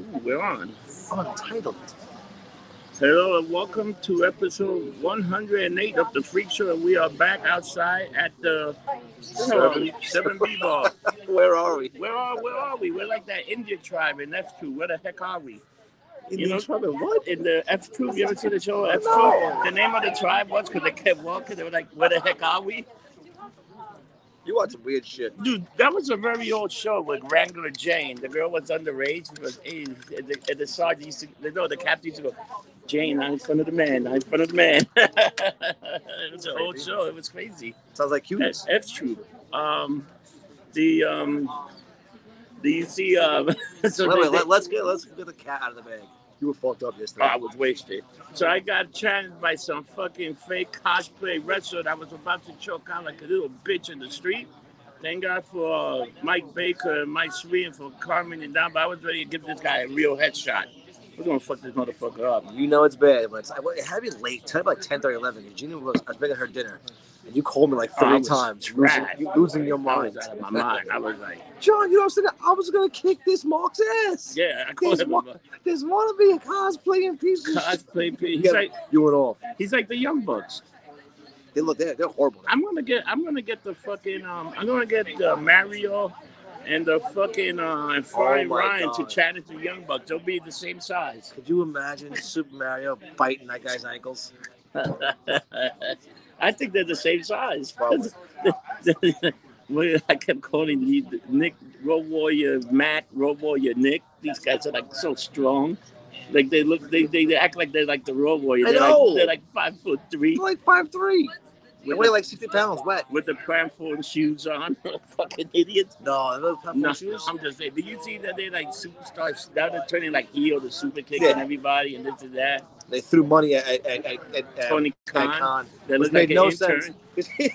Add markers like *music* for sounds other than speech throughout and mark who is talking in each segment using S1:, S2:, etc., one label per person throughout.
S1: Ooh, We're on.
S2: Untitled.
S1: Hello and welcome to episode 108 of the Freak Show. We are back outside at the where are we? Seven B Ball.
S2: *laughs* Where are we?
S1: Where are where are we? We're like that Indian tribe in F two. Where the heck are we? You know-
S2: Indian tribe and what?
S1: In the F two, you ever see the show F two?
S2: No.
S1: The name of the tribe was because they kept walking. They were like, "Where the heck are we?"
S2: You watch some weird shit.
S1: Dude, that was a very old show with Wrangler Jane. The girl was underage. She was eight. And the, and the sergeant used to, no, the captain used to go, Jane, not in front of the man, not in front of the man. *laughs* it was an old
S2: Crazy.
S1: show. It was crazy.
S2: Sounds like
S1: That's,
S2: cuteness.
S1: that's true. Um, the, um, do you see, um, *laughs* so
S2: wait,
S1: they-
S2: wait,
S1: they-
S2: let, let's get let's get the cat out of the bag. You were fucked up yesterday.
S1: I was wasted. So I got challenged by some fucking fake cosplay wrestler that was about to choke out like a little bitch in the street. Thank God for uh, Mike Baker and Mike Sweden for calming it down, but I was ready to give this guy a real headshot. I was gonna fuck this motherfucker up.
S2: you know it's bad, but it's, I, it had me late. Time like 10, 30, 11. Eugenia was, I was making her dinner, and you called me like
S1: I
S2: three
S1: was
S2: times, losing,
S1: trashed.
S2: you losing your
S1: I was
S2: mind.
S1: out of my mind. I was like,
S2: John, you know what I'm saying? I was gonna kick this Mark's ass. *laughs*
S1: yeah, I called
S2: He's
S1: him a
S2: There's wanna be a cosplaying piece of shit. *laughs*
S1: cosplay. pe- He's
S2: Yeah.
S1: like,
S2: You went off.
S1: he's like the young bucks.
S2: They look they're, they're horrible.
S1: I'm gonna get, I'm gonna get the fucking, um, I'm gonna get uh, Mario and the fucking uh, and Frying
S2: Oh my
S1: Ryan
S2: God.
S1: to chat into young bucks. They'll be the same size. *laughs*
S2: Could you imagine Super Mario biting that guy's ankles?
S1: I think they're the same size. *laughs*
S2: Probably.
S1: Well, I kept calling the Nick Road Warrior Matt, Road Warrior Nick. These guys are like so strong. Like they look, they they, they act like they're like the Road Warrior.
S2: I
S1: They're
S2: know.
S1: like they're like five foot three
S2: He's like five three. They
S1: with
S2: weigh
S1: the,
S2: like sixty pounds wet.
S1: with the platform shoes on. *laughs* Fucking idiots.
S2: No, those platform
S1: No,
S2: shoes.
S1: I'm just saying. Did you see that they like superstars? Now they're turning like heel to super kick
S2: Yeah.
S1: and everybody and this and that.
S2: They threw money at at at, at, at, at
S1: Tony
S2: at
S1: Khan.
S2: Khan.
S1: That
S2: which
S1: looked like
S2: made
S1: an
S2: no
S1: intern.
S2: sense. *laughs* 'Cause he-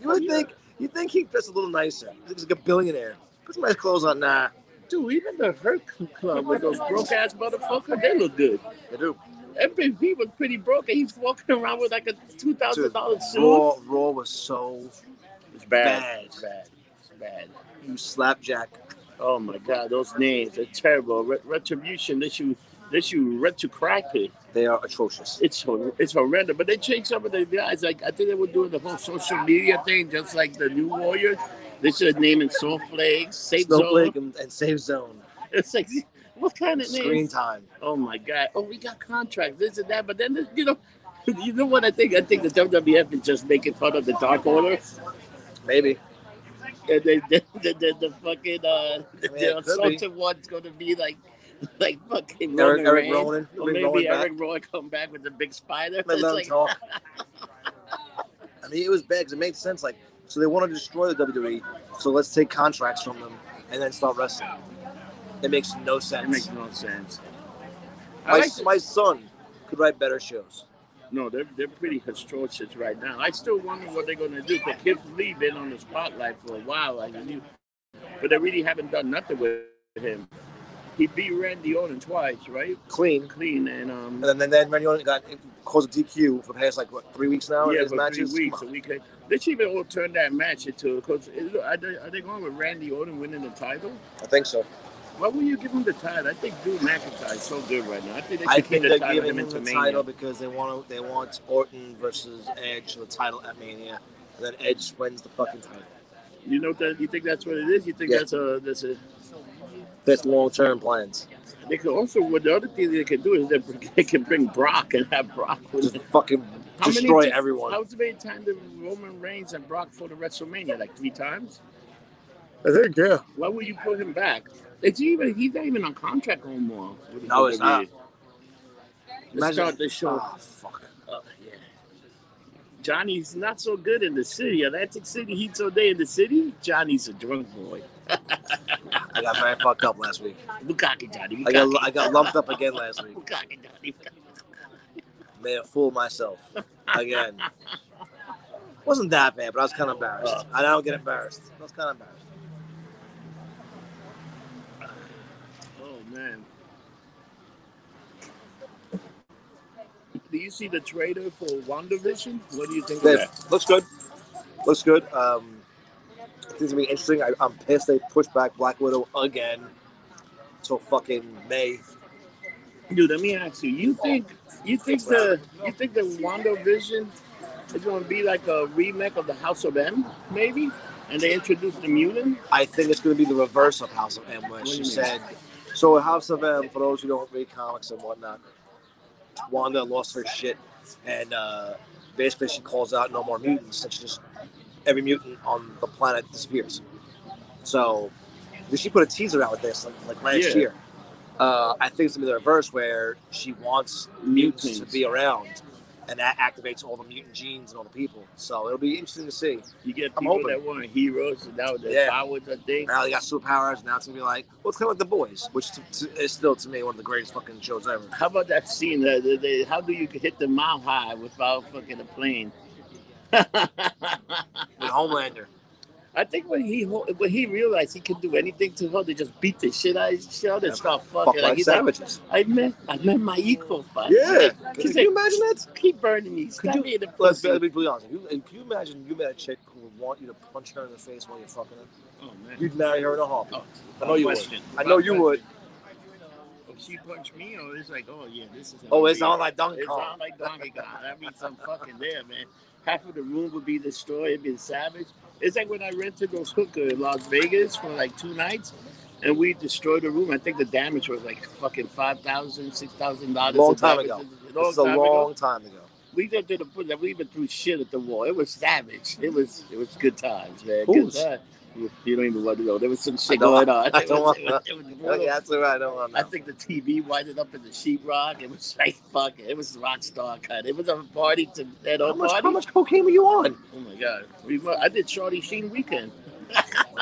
S2: you would think you think he'd dress a little nicer. He looks like a billionaire. Put some nice clothes on. Nah,
S1: Dude, even the Hurt Club with those broke ass motherfuckers, they look good.
S2: they do.
S1: MVP was pretty broke, and he's walking around with like a two thousand dollar suit.
S2: Raw, Raw was so
S1: It's
S2: bad.
S1: It's bad. It's bad.
S2: you slapjack.
S1: Oh my god, those names are terrible. Re- retribution. This you, this you retrocracked.
S2: They are atrocious.
S1: It's hor- it's horrendous. But they changed some of the guys. Like I think they were doing the whole social media thing, just like the new Warriors. They should name it Snowflakes, Safe
S2: Snowflake
S1: Zone.
S2: and, and Save Zone.
S1: *laughs* It's like what kind of name?
S2: Screen time.
S1: oh my god, oh we got contracts, this and that. But then you know, *laughs* you know what I think? I think the WWF is just making fun of the Dark Order
S2: Maybe.
S1: and *laughs* then the, the, the, the fucking uh, the,
S2: Yeah, it could be.
S1: assaulted one's going to be like *laughs* like fucking
S2: Eric,
S1: Roman
S2: Eric
S1: Reigns.
S2: Ronan.
S1: Or
S2: Bring
S1: maybe
S2: Ronan back.
S1: Eric Roy come back with the big spider. *laughs*
S2: Let
S1: It's
S2: them
S1: like,
S2: talk.
S1: *laughs*
S2: I mean, it was bad 'cause it made sense. Like, so they want to destroy the WWE, so let's take contracts from them and then start wrestling. It makes no
S1: it
S2: sense.
S1: makes no sense.
S2: my,
S1: I like to-
S2: my son could write better shows.
S1: no, they're, they're pretty atrocious right now. I still wonder what they're going to do. The kids Lee been on the spotlight for a while, like you, but they really haven't done nothing with him. He beat Randy Orton twice, right?
S2: Clean.
S1: Clean and um,
S2: And then, then Randy Orton got caused a DQ for the past like what three weeks now. in
S1: yeah,
S2: his
S1: for
S2: matches.
S1: three weeks. So we could. They should even all turn that match into because are they, are they going with Randy Orton winning the title?
S2: I think so.
S1: Why would you give him the title? I think Drew McIntyre's so good right now. I think they should
S2: I
S1: give
S2: think
S1: the
S2: they're
S1: title
S2: giving him
S1: to
S2: the
S1: Mania.
S2: title because they want to, they want Orton versus Edge for the title at Mania, and then Edge wins the fucking title.
S1: You know that you think that's what it is. You think
S2: Yeah.
S1: that's a that's a.
S2: That's long term plans.
S1: They could also. What the other thing they *laughs* could do is that they could bring Brock and have Brock win.
S2: Just
S1: it.
S2: fucking
S1: How many
S2: destroy
S1: ti-
S2: everyone.
S1: How many times did Roman Reigns and Brock for the WrestleMania? Like three times.
S2: I think yeah.
S1: Why would you put him back? It's even he's not even on contract no more. with the
S2: No, it's not.
S1: WWE. Let's start the show.
S2: Ah, fuck.
S1: Oh, yeah. Johnny's not so good in the city. Atlantic City Heat all day in the city. Johnny's a drunk boy.
S2: I got very fucked up last week.
S1: Bukaki Johnny.
S2: I got
S1: bukkake.
S2: I got lumped up again last week.
S1: Bukkake Johnny.
S2: May have fooled myself again. Wasn't that bad, but I was kind of embarrassed. I don't get embarrassed. I was kind of embarrassed.
S1: Oh man. Do you see the trailer for WandaVision? What do you think of
S2: Dave,
S1: that?
S2: looks good. Looks good. Um, it's gonna be interesting. I, I'm pissed they pushed back Black Widow again. till fucking May.
S1: Dude, let me ask you. You think you think the you think the WandaVision is gonna be like a remake of the House of M, maybe? And they introduce the mutant?
S2: I think it's going to be the reverse of House of M, where
S1: do you
S2: she
S1: mean?
S2: said. So, at House of M, for those who don't read comics and whatnot, Wanda lost her shit, and uh, basically she calls out no more mutants, and she just every mutant on the planet disappears. So, she put a teaser out with this like, like last
S1: Yeah.
S2: year. Uh, I think it's gonna be the reverse, where she wants mutants,
S1: Mutants.
S2: to be around, and that activates all the mutant genes and all the people. So it'll be interesting to see.
S1: You get
S2: I'm
S1: people
S2: hoping.
S1: that weren't heroes and that was their
S2: Yeah.
S1: powers, I think.
S2: Now they got superpowers. Now it's gonna be like, well, it's kind of like The Boys, which t- t- is still to me one of the greatest fucking shows ever.
S1: How about that scene? That that they, how do you hit the mile high without fucking a plane? *laughs*
S2: With Homelander,
S1: I think when he ho- when he realized he could do anything to her, they just beat the shit out of each other and start fucking.
S2: fuck
S1: like,
S2: like
S1: he's like,
S2: savages.
S1: I met I met my equal. But He's
S2: Yeah, can
S1: like,
S2: you imagine that?
S1: keep burning me. Stab
S2: you-
S1: me in the
S2: Let's be
S1: pussy.
S2: let's be honest. You, and can you imagine you met a chick who would want you to punch her in the face while you're fucking her?
S1: Oh man.
S2: You'd marry her in a heartbeat.
S1: Oh,
S2: I know you would.
S1: question.
S2: I know you would.
S1: If she punched me, or it's like, oh yeah, this is.
S2: Oh, it's
S1: unreal.
S2: not like Donkey
S1: It
S2: Kong.
S1: sounds like Donkey Kong. That means I'm fucking there, man. Half of the room would be destroyed, being savage. It's like when I rented those hookah in Las Vegas for like two nights, and we destroyed the room. I think the damage was like fucking five thousand, six thousand dollars.
S2: Long time ago.
S1: Long
S2: This is a
S1: time ago.
S2: long time ago.
S1: We just did a put that. We even threw shit at the wall. It was savage. It was it was good times, man. Good
S2: Who's?
S1: times. You you don't even want to know. There was some shit
S2: don't-
S1: going on.
S2: I
S1: It
S2: don't
S1: was-
S2: want-
S1: it was- it was brutal.
S2: Okay, that's all right. I don't want
S1: I
S2: to
S1: think the TV winded up in the sheetrock. It was like fuck. It was rock star cut. It was a party to that
S2: know. How
S1: old
S2: much,
S1: party.
S2: how much cocaine were you on?
S1: Oh my god, we were, I did Shorty Sheen weekend.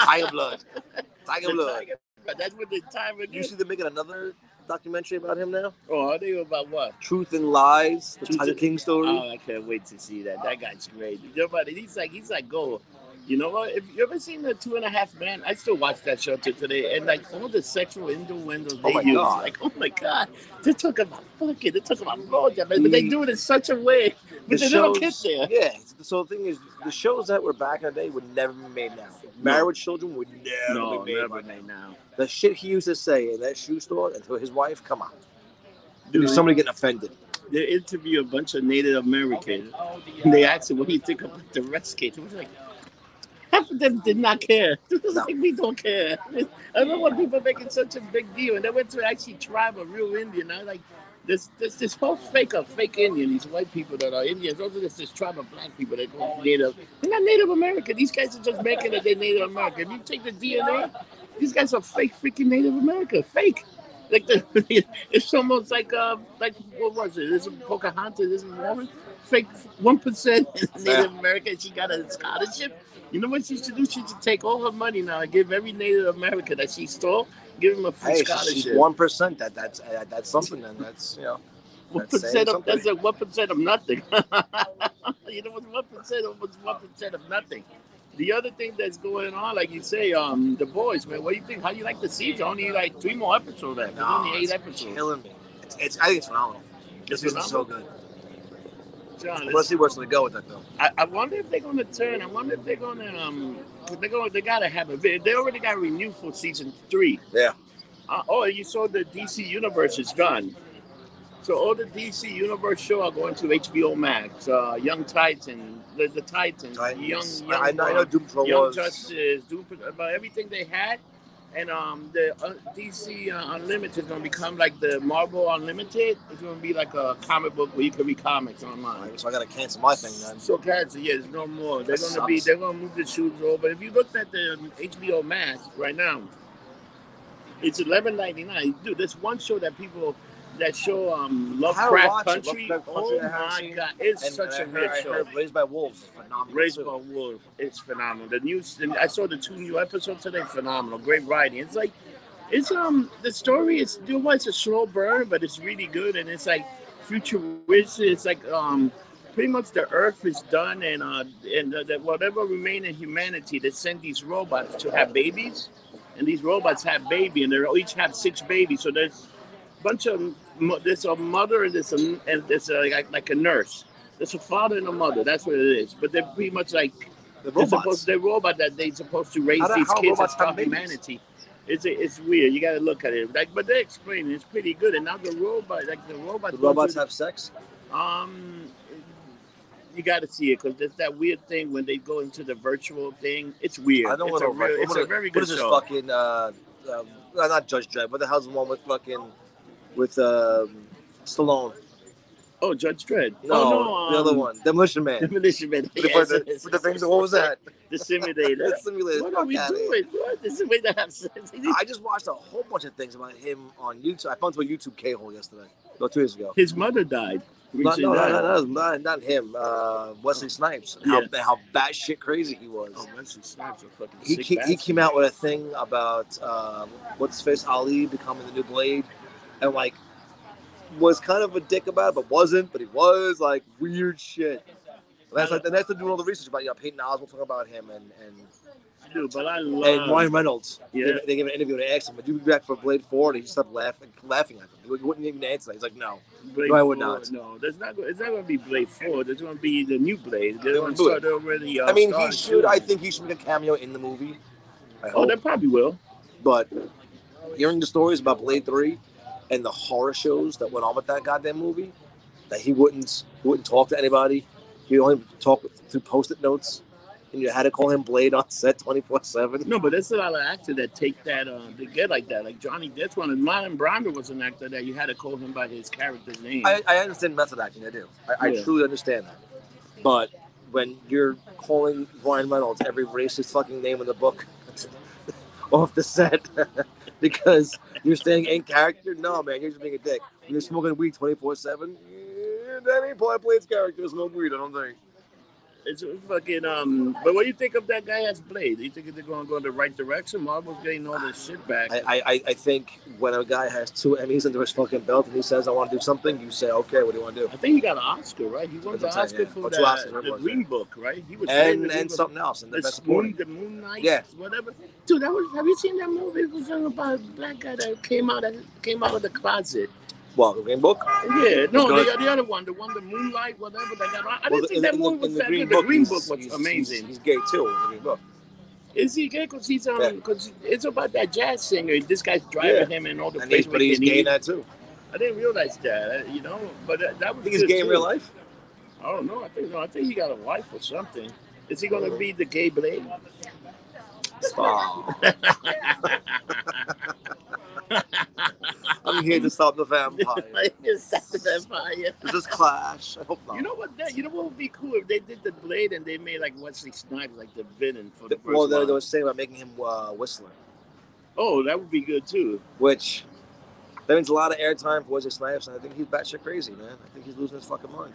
S2: Tiger Blood. Tiger
S1: The
S2: Blood.
S1: Tiger- That's what the time
S2: You
S1: again.
S2: see, they're making another documentary about him now.
S1: Oh, are they about what?
S2: Truth and Uh, Lies, the
S1: Truth
S2: Tiger
S1: and-
S2: King story.
S1: Oh, I can't wait to see that. That guy's great. Nobody. He's like he's like gold. You know what? If you ever seen the Two and a Half Men, I still watch that show to today, and like all the sexual innuendos
S2: Oh
S1: they
S2: my
S1: use,
S2: God.
S1: like oh my god, they're talking about fucking, they're talking about blowjob, but they
S2: The-
S1: do it in such a way with the, little kid
S2: shows-
S1: there.
S2: Yeah. So the thing is, the shows that were back in the day would never be made now. Married with Children would never
S1: No,
S2: be made.
S1: never
S2: like that.
S1: right now.
S2: The shit he used to say in that shoe store and to his wife, come on. Dude,
S1: Dude.
S2: somebody getting offended.
S1: They interview a bunch of Native Americans, and they ask him, "What do you think about the Redskins?" It was like. Half of them did not care. *laughs* It was
S2: No.
S1: like, we don't care. *laughs* I don't know why people making such a big deal. And they went to actually tribe a real Indian. I was like, this this this whole fake of fake Indian, these white people that are Indians, those are just this tribe of black people that go Native. They're not Native American. These guys are just making that they're Native American. You take the DNA, these guys are fake freaking Native American. Fake. Like the, *laughs* it's almost like uh like what was it? This is Pocahontas, this is Warren. Fake one percent *laughs* Native American. She got a scholarship. You know what she should do? She should take all her money now and give every Native American that she stole, give him a free
S2: Hey,
S1: scholarship.
S2: she's one percent. That that's uh, that's something. And that's you know.
S1: One
S2: That's saying
S1: percent of
S2: something.
S1: that's like one percent of nothing. *laughs* you know what's one percent of what's one percent of nothing. The other thing that's going on, like you say, um, the boys, man. What do you think? How you like the season? Only like three more episodes left. There's
S2: No,
S1: only eight
S2: it's
S1: episodes.
S2: killing me. It's, it's I think it's phenomenal. This is so good.
S1: John,
S2: Let's
S1: it's-
S2: see where it's gonna go with that though.
S1: I, I wonder if they're gonna turn. I wonder if they're gonna um, they going to they gotta have a. They they already got renewed for season three.
S2: Yeah.
S1: Uh, oh, you saw the DC Universe is done. So all the DC Universe show are going to HBO Max. Uh, Young Titan, the, the Titans,
S2: Titans.
S1: Young,
S2: I, I
S1: Young,
S2: know, I know
S1: uh,
S2: Doom Patrol
S1: Young
S2: was.
S1: Justice, Doom, Pat- about everything they had, and um, the uh, DC uh, Unlimited is going to become like the Marvel Unlimited. It's going to be like a comic book where you can read comics online.
S2: Alright, so I gotta cancel my thing then.
S1: So cats, yeah, there's no more. They're
S2: That
S1: gonna be
S2: sucks.
S1: they're gonna move the shoes over. If you looked at the um, HBO Max right now, it's eleven ninety nine. Dude, there's one show that people that show um Lovecraft
S2: watch it.
S1: Country.
S2: Lovecraft
S1: oh
S2: Country, I haven't
S1: my
S2: seen.
S1: god, it's
S2: And
S1: such
S2: I
S1: a
S2: heard, I
S1: hit show.
S2: heard Raised by Wolves is phenomenal.
S1: Race
S2: too.
S1: by Wolves, it's phenomenal. The news, I saw the two new episodes today. Phenomenal, great writing. It's like, it's um, the story is you know what, it's a slow burn, but it's really good, and it's like futuristic. It's like um, pretty much the Earth is done, and uh, and the, the, whatever remain in humanity, they send these robots to have babies, and these robots have baby, and they each have six babies. So there's a bunch of mo- there's a mother and there's a and there's a, like like a nurse. There's a father and a mother. That's what it is. But they're pretty much like
S2: The
S1: they're
S2: robots.
S1: supposed, they're robot that they're supposed to raise
S2: How do-
S1: these
S2: how
S1: kids and
S2: robots have
S1: stop
S2: babies?
S1: humanity. It's it's weird. You got to look at it. Like, but they explain it. it's pretty good. And now the robot, like the robots,
S2: The robots
S1: go
S2: have sex.
S1: to- um, you got to see it because there's that weird thing when they go into the virtual thing. It's weird.
S2: I don't
S1: it's
S2: want
S1: a
S2: to.
S1: real, It's a very good
S2: What is this
S1: show.
S2: fucking? Uh, um, uh, not Judge Dredd. What the hell's the one with fucking with um, Stallone?
S1: Oh, Judge Dredd.
S2: No,
S1: oh,
S2: the
S1: um,
S2: other
S1: *laughs*
S2: one, Demolition Man.
S1: Demolition Man.
S2: With
S1: Yes,
S2: the,
S1: yes,
S2: with the
S1: yes.
S2: things. What was
S1: *laughs*
S2: that?
S1: The simulator.
S2: That simulator.
S1: what
S2: Fuck
S1: are we
S2: outta here.
S1: doing? What? This is way to have sex.
S2: I just watched a whole bunch of things about him on YouTube. I found to a YouTube K hole yesterday, no, two years ago.
S1: His mother died.
S2: Not,
S1: Recently
S2: no, no,
S1: died.
S2: no, no, not, not him. Uh, Wesley Snipes. and How how batshit crazy he was.
S1: Oh, Wesley Snipes a fucking
S2: he,
S1: sick
S2: ca- he
S1: bastard.
S2: came out with a thing about um, what's his face Ali becoming the new Blade, and like was kind of a dick about it, but wasn't. But he was like weird shit. And that's like and that's the doing all the research about you know Peyton Oswalt talking about him and and,
S1: Dude, but I
S2: and
S1: love.
S2: Ryan Reynolds. They-
S1: Yeah.
S2: They, gave an interview and they asked him, "Would you be back for Blade 4? And he just stopped laughing, laughing at them. He wouldn't even answer. He's like, "No,
S1: Blade
S2: No, I would
S1: four,
S2: not.
S1: No, there's not. go- It's not going to be Blade Four. There's going to be the new Blade. They're
S2: They
S1: going
S2: won't
S1: to
S2: do it.
S1: start over the. Uh,
S2: I mean, he
S1: Star
S2: should. I
S1: Killer.
S2: think he should make a cameo in the movie. I
S1: Oh,
S2: hope.
S1: they probably will.
S2: But hearing the stories about Blade Three and the horror shows that went on with that goddamn movie, that he wouldn't he wouldn't talk to anybody. He only talked through post-it notes, and you had to call him Blade on set twenty-four seven.
S1: No, but there's a lot of actors that take that. Uh, they get like that. Like Johnny Depp's one. And Marlon Brando was an actor that you had to call him by his character's name.
S2: I, I understand method acting. I do. I,
S1: Yeah.
S2: I truly understand that. But when you're calling Ryan Reynolds every racist fucking name in the book *laughs* off the set *laughs* because you're staying in character, no, man, you're just being a dick. When you're smoking weed 24 7, that ain't part of Blade's character. to Smoke weed, I don't think.
S1: It's a fucking um. But what do you think of that guy as Blade? Do you think they're going to go in the right direction? Marvel's getting all this shit back.
S2: I, I, I- I think when a guy has two Emmys under his fucking belt and he says, I want to do something, you say, okay, what do you want to do?
S1: I think he got an Oscar, right? He won the
S2: That's what I'm
S1: Oscar
S2: saying, yeah.
S1: for
S2: Or
S1: the,
S2: two Oscars,
S1: the
S2: whatever it was,
S1: Green Book, right? He was playing
S2: And,
S1: the Green
S2: and
S1: Book.
S2: something else. And the
S1: the
S2: best
S1: moon,
S2: supporting.
S1: the moon knight,
S2: Yeah.
S1: whatever. Dude, that was. Have you seen that movie? It was about a black guy that came out that came out of the closet.
S2: Well, the Green Book?
S1: Yeah, no,
S2: It's
S1: the, the other one, the one, the moonlight, whatever. That got, I didn't
S2: Well,
S1: think
S2: in-
S1: that
S2: in
S1: movie
S2: in
S1: was that good. The Green Book
S2: he's-
S1: was
S2: he's-
S1: amazing.
S2: He's, he's gay too. in the Green Book.
S1: Is he gay? Cause he's
S2: Yeah.
S1: um, cause it's about that jazz singer. This guy's driving him and all the
S2: And he's,
S1: places
S2: but he's
S1: he can
S2: gay
S1: eat.
S2: in that too.
S1: I didn't realize that, uh, you know. But that, that
S2: I
S1: was
S2: think he's
S1: good,
S2: gay in
S1: too. *laughs*
S2: real life.
S1: I don't know. I think no. I think he got a wife or something. Is he gonna be the gay blade? *laughs*
S2: Oh, *laughs* I'm here to stop
S1: *laughs*
S2: the vampire. Is this Clash? I hope not.
S1: You know what? That, you know what would be cool if they did the blade and they made like Wesley Snipes like the villain for the
S2: The-
S1: first
S2: well, they,
S1: one.
S2: they were saying about making him uh, Whistler,
S1: Oh, that would be good too.
S2: which that means a lot of airtime for Wesley Snipes, and I think he's batshit crazy, man. I think he's losing his fucking mind.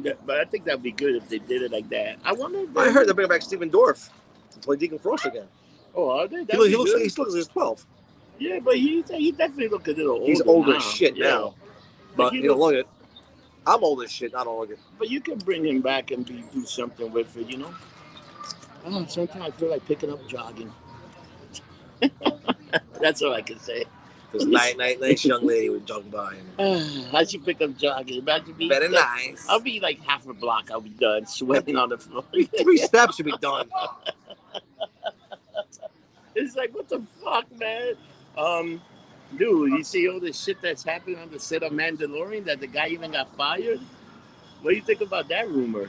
S1: That- but I think that'd be good if they did it like that. I wonder. If they,
S2: I heard they're bringing back Stephen Dorff to play Deacon Frost again.
S1: Oh, are they?
S2: He,
S1: That'd
S2: look,
S1: be
S2: he looks
S1: good.
S2: like he still looks like he's 12.
S1: yeah, but he he definitely look a little older.
S2: he's older
S1: now.
S2: as shit
S1: Yeah.
S2: now,
S1: But
S2: but
S1: he
S2: you don't
S1: looks-
S2: look it. I'm old as shit. I don't look it.
S1: But you can bring him back and be, do something with it, you know. I don't know, sometimes I feel like picking up jogging. *laughs* That's all I can say. *sighs*
S2: This night, night, nice young lady would jog by and
S1: I should pick up jogging. Imagine me.
S2: Very nice.
S1: I'll be like half a block. I'll be done *laughs* sweating on the floor. *laughs*
S2: Three steps should be done.
S1: it's like what the fuck, man. Um, dude, you see all this shit that's happening on the set of Mandalorian that the guy even got fired. What do you think about that rumor?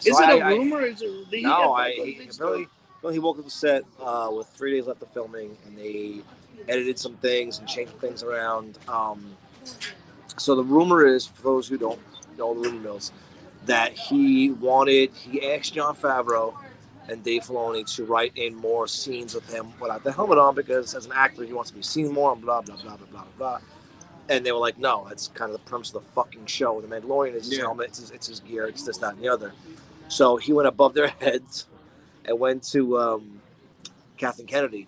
S2: So
S1: is it a
S2: I- I-
S1: rumor? is it? did he
S2: no,
S1: get
S2: I
S1: back on
S2: he,
S1: this
S2: apparently, apparently he woke up to set uh, with three days left of filming, and they edited some things and changed things around. Um, so the rumor is, for those who don't know the rumor mills, that he wanted he asked John Favreau and Dave Filoni to write in more scenes with him without the helmet on because as an actor he wants to be seen more and blah blah blah blah blah blah. And they were like, no, that's kind of the premise of the fucking show. The Mandalorian is his
S1: Yeah.
S2: helmet, it's his, it's his gear, it's this, that, and the other. So he went above their *laughs* heads and went to um, Kathleen Kennedy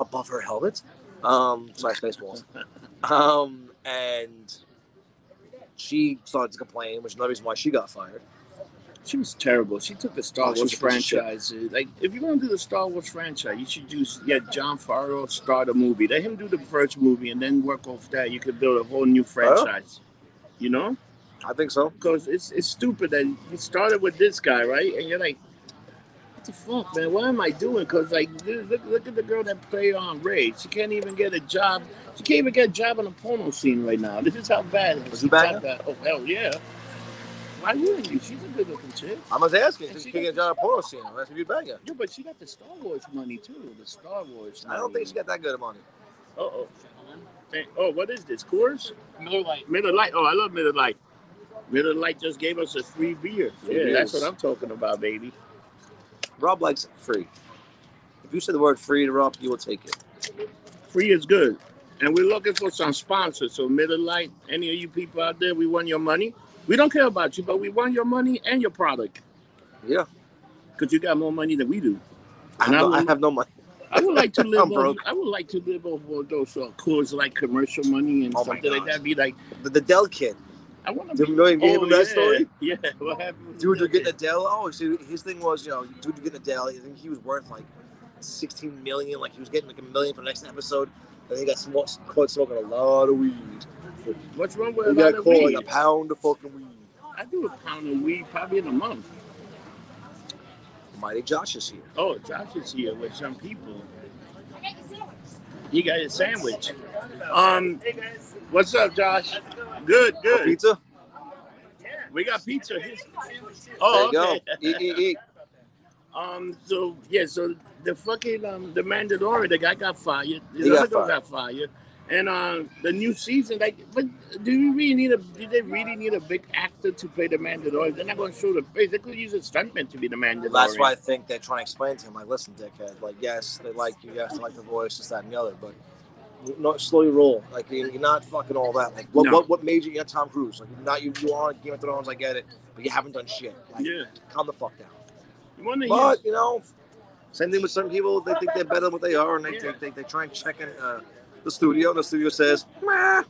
S2: above her helmet. Um, sorry, Spaceballs. um, and she started to complain, which is another reason why she got fired.
S1: She was terrible. She took the Star
S2: Oh, she
S1: Wars
S2: took the shit.
S1: franchise. uh, Like, if you're gonna do the Star Wars franchise, you should do yeah John Favreau start a movie. Let him do the first movie, and then work off that. You could build a whole new franchise. You know,
S2: I think so.
S1: because it's it's stupid that you started with this guy, right? And you're like, what the fuck, man? What am I doing? Because like, dude, look, look at the girl that played on Ray. She can't even get a job. She can't even get a job on the porno scene right now. This is how bad. it is.
S2: Was
S1: She
S2: it bad?
S1: got that- Oh hell yeah. Why wouldn't you? She's a good looking chick.
S2: I was asking.
S1: And
S2: Did
S1: she
S2: you get a
S1: got-
S2: job at porno scene? That's a banger.
S1: Yeah, but she got the Star Wars money too. The Star Wars.
S2: I don't think she got that good of money.
S1: Uh oh. Oh, what is this? Coors?
S3: Miller Lite.
S1: Miller Lite. Oh, I love Miller Lite. Miller Lite just gave us a free beer.
S2: Free
S1: Yeah, that's
S2: beers.
S1: what I'm talking about, baby.
S2: Rob likes free. If you say the word free to Rob, you will take it.
S1: Free is good. And we're looking for some sponsors. So Miller Lite, any of you people out there, we want your money. We don't care about you, but we want your money and your product.
S2: Yeah.
S1: Because you got more money than we do.
S2: I have,
S1: And I
S2: no, I
S1: will-
S2: have no money.
S1: I would like
S2: *laughs*
S1: to live
S2: I'm broke.
S1: off, I would like to live off of those uh, Coors like commercial money and
S2: Oh my
S1: something like
S2: God.
S1: that. Be like,
S2: The, the Dell kid.
S1: I want to
S2: Do you remember
S1: oh,
S2: me hearing that
S1: yeah.
S2: story?
S1: Yeah. What happened?
S2: Dude, you're getting a Dell. Oh, so his thing was, you know, dude, you're getting a Dell. I think he was worth like 16 million. Like he was getting like a million for the next episode. And he got sm- caught smoking a lot of weed.
S1: What's wrong with a
S2: He
S1: lot
S2: got
S1: of
S2: caught
S1: weed?
S2: like a pound of fucking weed.
S1: I do a pound of weed probably in a month.
S2: Mighty Josh is here.
S1: Oh, Josh is here with some people. He got his sandwich. Um, what's up, Josh? Good,
S2: Oh,
S1: good.
S2: pizza?
S1: We got pizza here.
S2: There
S1: Oh,
S2: you
S1: okay.
S2: go. Eat,
S1: *laughs*
S2: eat, eat.
S1: Um, so yeah, so the fucking um, the Mandalorian, the guy got fired. The
S2: He
S1: other
S2: got
S1: guy
S2: fired.
S1: got fired. And um, the new season, like, but do you really need a? Do they really need a big actor to play the Mandalorian? They're not going to show the face. They could use a stuntman to be the Mandalorian.
S2: That's why I think they're trying to explain to him, like, listen, dickhead, like, yes, they like you, yes, they like the voice, this, that, and the other, but not slowly roll. Like, you- you're not fucking all that. Like, what,
S1: No.
S2: what, what made you, you're Tom Cruise? Like, you're not you, you are on Game of Thrones, I get it, but you haven't done shit. Like,
S1: Yeah,
S2: calm the fuck down.
S1: you want to hear?
S2: But, you know, same thing with some people, they think they're better than what they are, and they,
S1: Yeah.
S2: they, they, they try and check in uh, the studio, and the studio says, nah,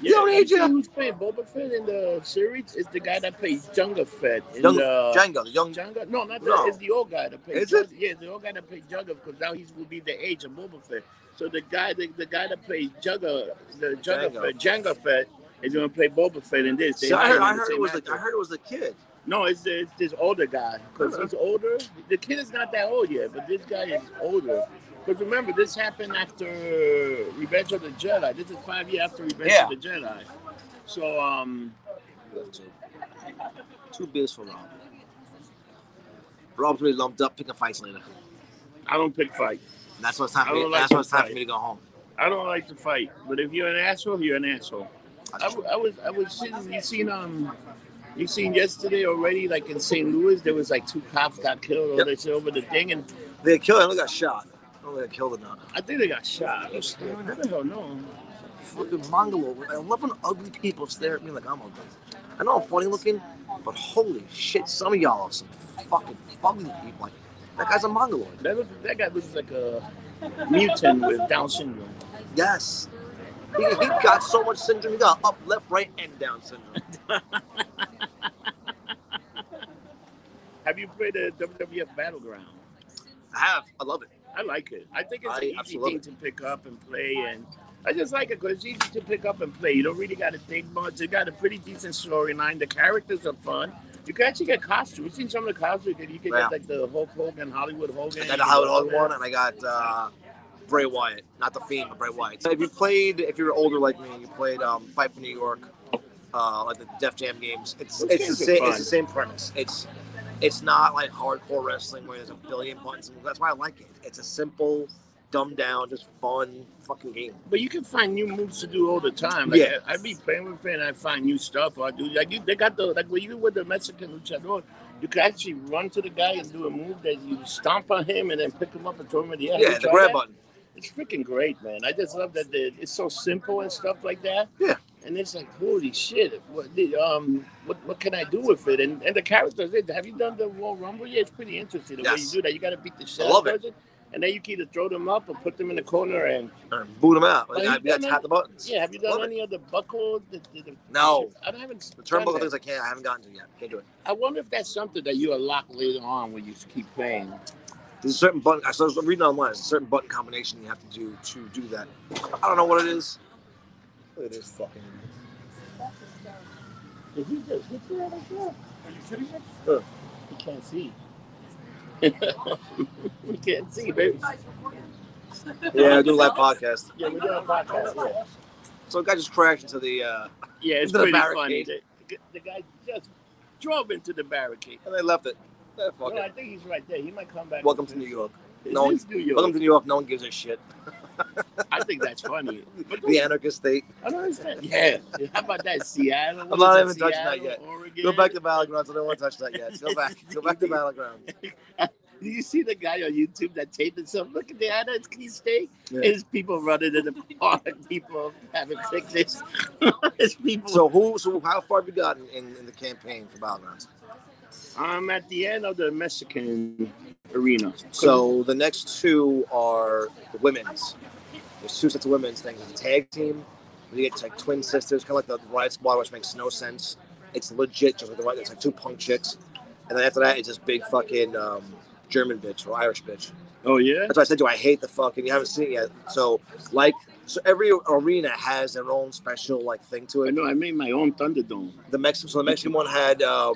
S1: Yeah,
S2: don't need
S1: see
S2: you.
S1: Who's playing Boba Fett in the series? Is the guy that played Junga Fett in
S2: young,
S1: the
S2: Django, the young,
S1: Junga? No, not
S2: No.
S1: that. It's the old guy that played.
S2: Is it?
S1: Yeah, it's the old guy that played Junga because now he's will be the age of Boba Fett. So the guy, the, the guy that played Junga, the Junga
S2: Jango.
S1: Fett, Jango Fett is going to play Boba Fett in this. They
S2: so I
S1: hired
S2: heard,
S1: him the
S2: I heard it
S1: same
S2: was the, I
S1: actor.
S2: heard it was the kid.
S1: No, it's, the, it's this older guy because he's older. The kid is not that old yet, but this guy is older. Because remember, this happened after Revenge of the Jedi. This is five years after Revenge
S2: Yeah.
S1: of the Jedi. So um,
S2: Left two. Two beers for Rob. Rob's really lumped up, picking fights later.
S1: I don't pick fight.
S2: That's what's time
S1: I
S2: for me.
S1: don't like
S2: that's what's
S1: to
S2: time for
S1: fight.
S2: me to go home.
S1: I don't like to fight, but if you're an asshole, you're an asshole. I, w- I was I was sitting. You seen um, you seen yesterday already? Like in St. Louis, there was like two cops got killed over
S2: Yep.
S1: this over the thing, and
S2: They killed him. They got shot. I don't know if they killed or not.
S1: I think they got shot. I
S2: You're staring at
S1: don't know, no.
S2: fucking Mongolo. I love when ugly people stare at me like I'm ugly. I know I'm funny looking, but holy shit, some of y'all are some fucking ugly people. Like, that guy's a mongoloid.
S1: That look, that guy looks like a mutant with Down syndrome.
S2: Yes. He, he got so much syndrome. He got up, left, right, and down syndrome.
S1: Have you played the WWF Battleground?
S2: I have. I love it.
S1: I like it. I think it's
S2: I
S1: an easy
S2: absolutely
S1: thing to pick up and play, and I just like it because it's easy to pick up and play. You don't really got to think much. It got a pretty decent storyline. The characters are fun. You can actually get costumes. We've seen some of the costumes. You can, you can
S2: Yeah.
S1: get like the Hulk Hogan, Hollywood Hogan.
S2: I got the Howard Hog one, and I got uh, Bray Wyatt. Not the Fiend, but Bray Wyatt. So if you played, if you were older like me, you played um, Fight for New York, uh, like the Def Jam games. It's
S1: Those
S2: it's the
S1: games are
S2: same.
S1: fun.
S2: It's the same premise. It's it's not like hardcore wrestling where there's a billion buttons. That's why I like it. It's a simple, dumbed down, just fun fucking game.
S1: But you can find new moves to do all the time. Like,
S2: Yeah.
S1: I, I be playing with friends, I find new stuff. Or I do like you, they got the like when you with the Mexican luchador, you can actually run to the guy and do a move that you stomp on him and then pick him up and throw him in the air.
S2: Yeah,
S1: You
S2: the
S1: try
S2: grab
S1: that?
S2: button.
S1: It's freaking great, man. I just love that the, it's so simple and stuff like that.
S2: Yeah.
S1: And it's like, holy shit, what the, um, what what can I do with it? And and the characters, they- have you done the Royal Rumble? Yeah, it's pretty interesting the
S2: Yes.
S1: way you do that. You got to beat the shit
S2: I
S1: out of
S2: love
S1: the
S2: it.
S1: person, and then you can either throw them up or put them in the corner. And
S2: And boot them out.
S1: Well,
S2: I, I,
S1: you've
S2: gotta
S1: done
S2: tap
S1: it.
S2: the buttons.
S1: yeah, have you done
S2: Love it.
S1: any of the buckle? The, the, the,
S2: No.
S1: I don't- haven't.
S2: The
S1: done
S2: turnbuckle
S1: that.
S2: things I can't. I haven't gotten to yet. Can't do it.
S1: I wonder if that's something that you unlock later on when you keep playing.
S2: There's a certain button. I was reading online. There's a certain button combination you have to do to do that. I don't know what it is. It is *laughs* fucking.
S1: Did he just hit you out of
S3: Are you kidding me?
S1: You can't see. *laughs* we can't see, baby.
S2: Yeah, I do a live podcast.
S1: Yeah, we do a podcast. *laughs* Yeah,
S2: So a guy just crashed into the, uh,
S1: yeah it's
S2: The
S1: pretty funny.
S2: barricade.
S1: The, the guy just drove into the barricade.
S2: and they left it. Eh, fuck
S1: No, I
S2: it.
S1: think he's right there. He might come back.
S2: *laughs* Welcome to New York.
S1: Is
S2: no
S1: this New York?
S2: Welcome to New York. No one gives a shit.
S1: I think that's funny. But
S2: The anarchist state.
S1: I don't understand. Yeah. How about that? Seattle?
S2: I'm
S1: What
S2: not
S1: is it,
S2: even touching that
S1: Seattle,
S2: yet.
S1: Oregon?
S2: Go back to Battlegrounds. I don't want to touch that yet. Go back. Go back
S1: *laughs*
S2: to Battlegrounds.
S1: Do you see the guy on YouTube that taped himself? Look at the Anarchist Key State.
S2: Yeah.
S1: It's people running in the park, people having picnics. *laughs* it's people.
S2: So who? So how far have you gotten in, in the campaign for Battlegrounds?
S1: I'm at the end of the Mexican arena.
S2: So the next two are the women's. There's two sets of women's things. There's a tag team. We get like twin sisters, kind of like the Riot Squad, which makes no sense. It's legit, just like the Riot. It's like two punk chicks, and then after that, it's just big fucking um, German bitch or Irish bitch.
S1: oh yeah.
S2: That's why I said to you, I hate the fucking. You haven't seen it yet. So like, so every arena has their own special like thing to
S1: I
S2: it.
S1: know. I made my own Thunderdome.
S2: The Mexican, so the Mexican one had um,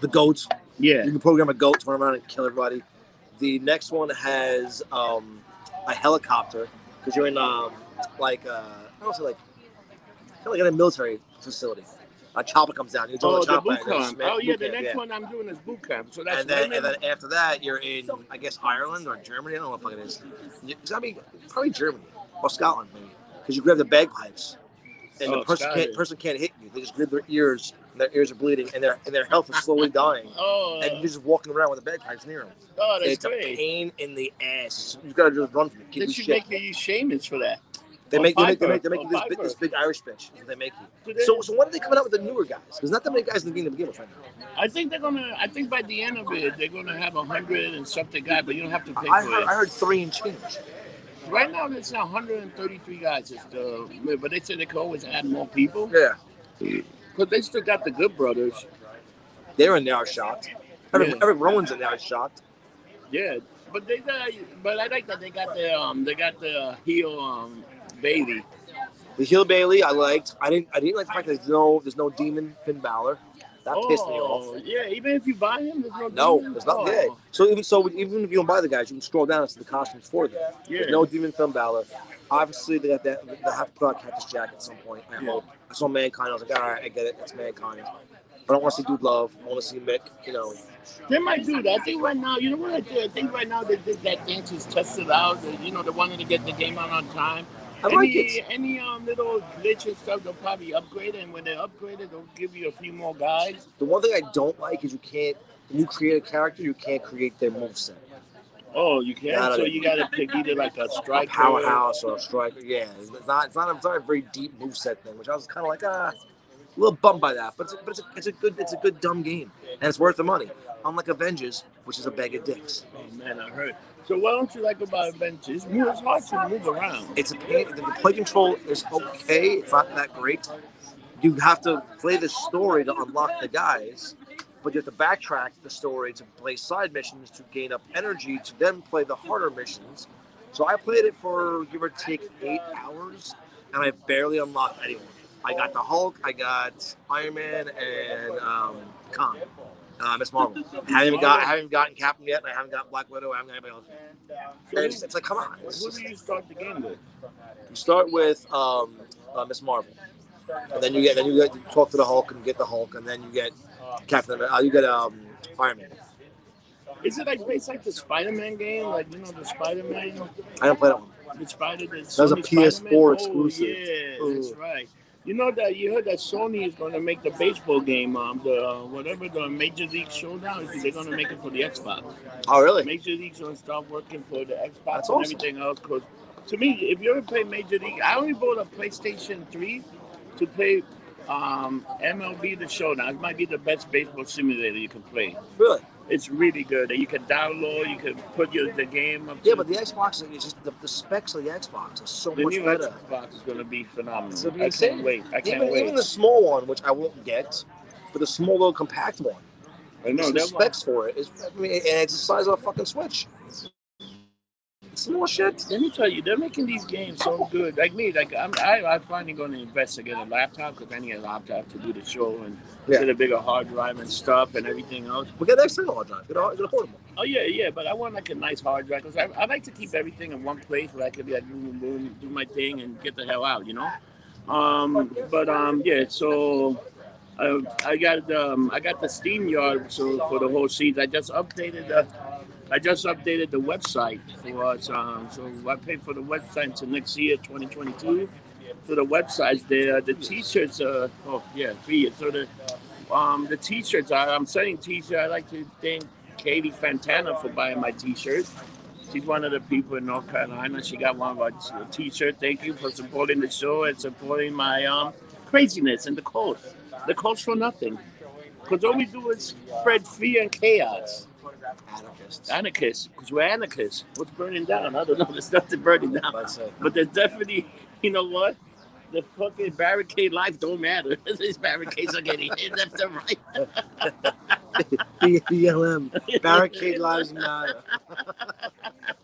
S2: the goats.
S1: Yeah.
S2: You can program a goat to run around and kill everybody. The next one has um, a helicopter because you're in um, like uh, I don't say like kind of like in a military facility. A chopper comes down. You're doing
S1: Oh,
S2: a
S1: the
S2: chopper.
S1: boot
S2: and they'll
S1: camp.
S2: smack-
S1: Oh yeah.
S2: boot
S1: The
S2: camp,
S1: next
S2: yeah.
S1: one I'm doing is boot camp. So that's
S2: And then,
S1: women.
S2: and then after that, you're in, I guess, Ireland or Germany. I don't know what the fuck it is. You- It's gotta be probably Germany or Scotland, maybe, because you grab the bagpipes, and
S1: Oh,
S2: the person
S1: Scotland.
S2: can't, person can't hit you. They just grab their ears, and their ears are bleeding, and their and their health is slowly dying.
S1: oh,
S2: And you're just walking around with the bagpipes near them.
S1: oh, that's
S2: it's a
S1: great.
S2: pain in the ass. You gotta just run from it. Keep
S1: They
S2: your
S1: should
S2: shit.
S1: make you use shamans for that.
S2: they
S1: a
S2: make they make they
S1: fiver,
S2: make, they make
S1: a
S2: you this, big-
S1: fiver.
S2: this big Irish bitch. They make
S1: So,
S2: you.
S1: they-
S2: So so when are they coming out with the newer guys? There's not that many guys in the game to begin with right now.
S1: I think they're gonna. I think by the end of it, they're gonna have a hundred and something guys, but you don't have to pay
S2: I
S1: for
S2: heard,
S1: it.
S2: I heard three and change.
S1: Right now, it's 133 guys. It's the, but they said they could always add more people.
S2: Yeah.
S1: Because they still got the Good Brothers.
S2: They're in there shocked. Every,
S1: Yeah.
S2: every Rowan's in there shocked.
S1: Yeah. But they got, but I like that they got the um they got the uh, heel um Bailey.
S2: The heel Bailey, I liked. I didn't. I didn't like the fact that there's no there's no demon Finn Balor. That pissed me
S1: Oh
S2: off.
S1: yeah, even if you buy him, there's no
S2: No,
S1: demon?
S2: there's not.
S1: Oh,
S2: Yeah. So even so, even if you don't buy the guys, you can scroll down and see the costumes for them.
S1: yeah.
S2: No demon Finn Balor. Obviously, they got that. They have to put on Cactus Jack at some point. I
S1: Yeah.
S2: hope. I saw Mankind. I was like, all right, I get it. It's Mankind. I don't want to see Dude Love. I want to see Mick. You know,
S1: They might do that. I think right now, you know what I do? I think right now they did that thing to test it out. They, you know, they wanted to get the game out on time.
S2: I
S1: any,
S2: like it.
S1: Any um, little glitch and stuff, they'll probably upgrade it. And when they upgrade it, they'll give you a few more guys.
S2: The one thing I don't like is you can't. When you create a character, you can't create their moveset.
S1: Oh, you can.
S2: Got
S1: so
S2: it.
S1: you got to pick either like a
S2: a
S1: striker.
S2: powerhouse or a striker. Yeah, it's it's not it's not, it's not a very deep moveset thing, which I was kind of like ah, a little bummed by that. But it's, but it's, a, it's a good it's a good dumb game, and it's worth the money. Unlike Avengers, which is a bag of dicks.
S1: Oh man, I heard. So what don't you like about adventures? Move- It's hard to move around.
S2: It's a pain. The play control is okay. It's not that great. You have to play the story to unlock the guys, but you have to backtrack the story to play side missions to gain up energy to then play the harder missions. So I played it for give or take eight hours, and I barely unlocked anyone. I got the Hulk, I got Iron Man, and um, Khan, uh, Miss Marvel. I haven't even got, I haven't gotten Captain yet, and I haven't got Black Widow. I haven't got anybody else. And it's, it's like, come on. it's
S1: Who
S2: just-
S1: do you start the game with?
S2: you start with um, uh, Miss Marvel, and then you get then you get you talk to the Hulk and get the Hulk, and then you get Captain. Amer- Uh, you get um, Iron Man.
S1: Is it like based like the Spider-Man game? Like you know the Spider-Man,
S2: I didn't play that one.
S1: the Spider. the
S2: was a
S1: Sony
S2: PS4
S1: Spider-Man?
S2: exclusive.
S1: Oh, yeah,
S2: Ooh.
S1: that's right. You know that you heard that Sony is going to make the baseball game, um, the uh, whatever the Major League Showdown is. They're going to make it for the Xbox.
S2: Oh really?
S1: Major League's gonna start working for the Xbox
S2: That's
S1: and
S2: awesome.
S1: everything else. Cause to me, if you ever play Major League, I only bought a PlayStation Three to play um, MLB The Show. Now it might be the best baseball simulator you can play.
S2: Really?
S1: It's really good, and you can download. You can put your the game up.
S2: Yeah,
S1: to-
S2: but the Xbox is just the, the specs of the Xbox are so
S1: the
S2: much
S1: new
S2: better.
S1: Xbox is gonna be phenomenal.
S2: It's gonna be
S1: I can't
S2: insane.
S1: wait. I can't
S2: Even
S1: wait.
S2: even the small one, which I won't get, but the small little compact one.
S1: I know
S2: just the
S1: that one-
S2: specs for it is. I mean, and it's the size of a fucking Switch. Small shit.
S1: Let me tell you, they're making these games so good. Like me, like I'm, I, I'm finally going to invest to get a laptop because I need a laptop to do the show and
S2: Yeah.
S1: get a bigger hard drive and stuff and everything else.
S2: We get an external hard drive. Get a, get a portable.
S1: Oh yeah, yeah, but I want like a nice hard drive because I, I like to keep everything in one place where I could be like boom, boom, boom, do my thing and get the hell out, you know. Um, but um, yeah, so I, I got um, I got the steam yard so for the whole seeds. I just updated the I just updated the website for us. Um, so I paid for the website until next year, 2022. So the website's there. The t-shirts are oh yeah, three years. So the um, the t-shirts I, I'm selling t-shirts. I like to thank Katie Fantana for buying my t-shirt. She's one of the people in North Carolina. She got one of our t- t-shirt. Thank you for supporting the show and supporting my um, craziness and the cult. The cult's for nothing. Because all we do is spread fear and chaos.
S2: Anarchists.
S1: Anarchists, because we're anarchists. What's burning down? I don't know. *laughs* There's nothing burning down.
S2: That's it.
S1: But there's definitely, you know what? The fucking barricade life don't matter. *laughs* These barricades are getting hit left and right.
S2: *laughs* BLM. Barricade lives matter. *laughs*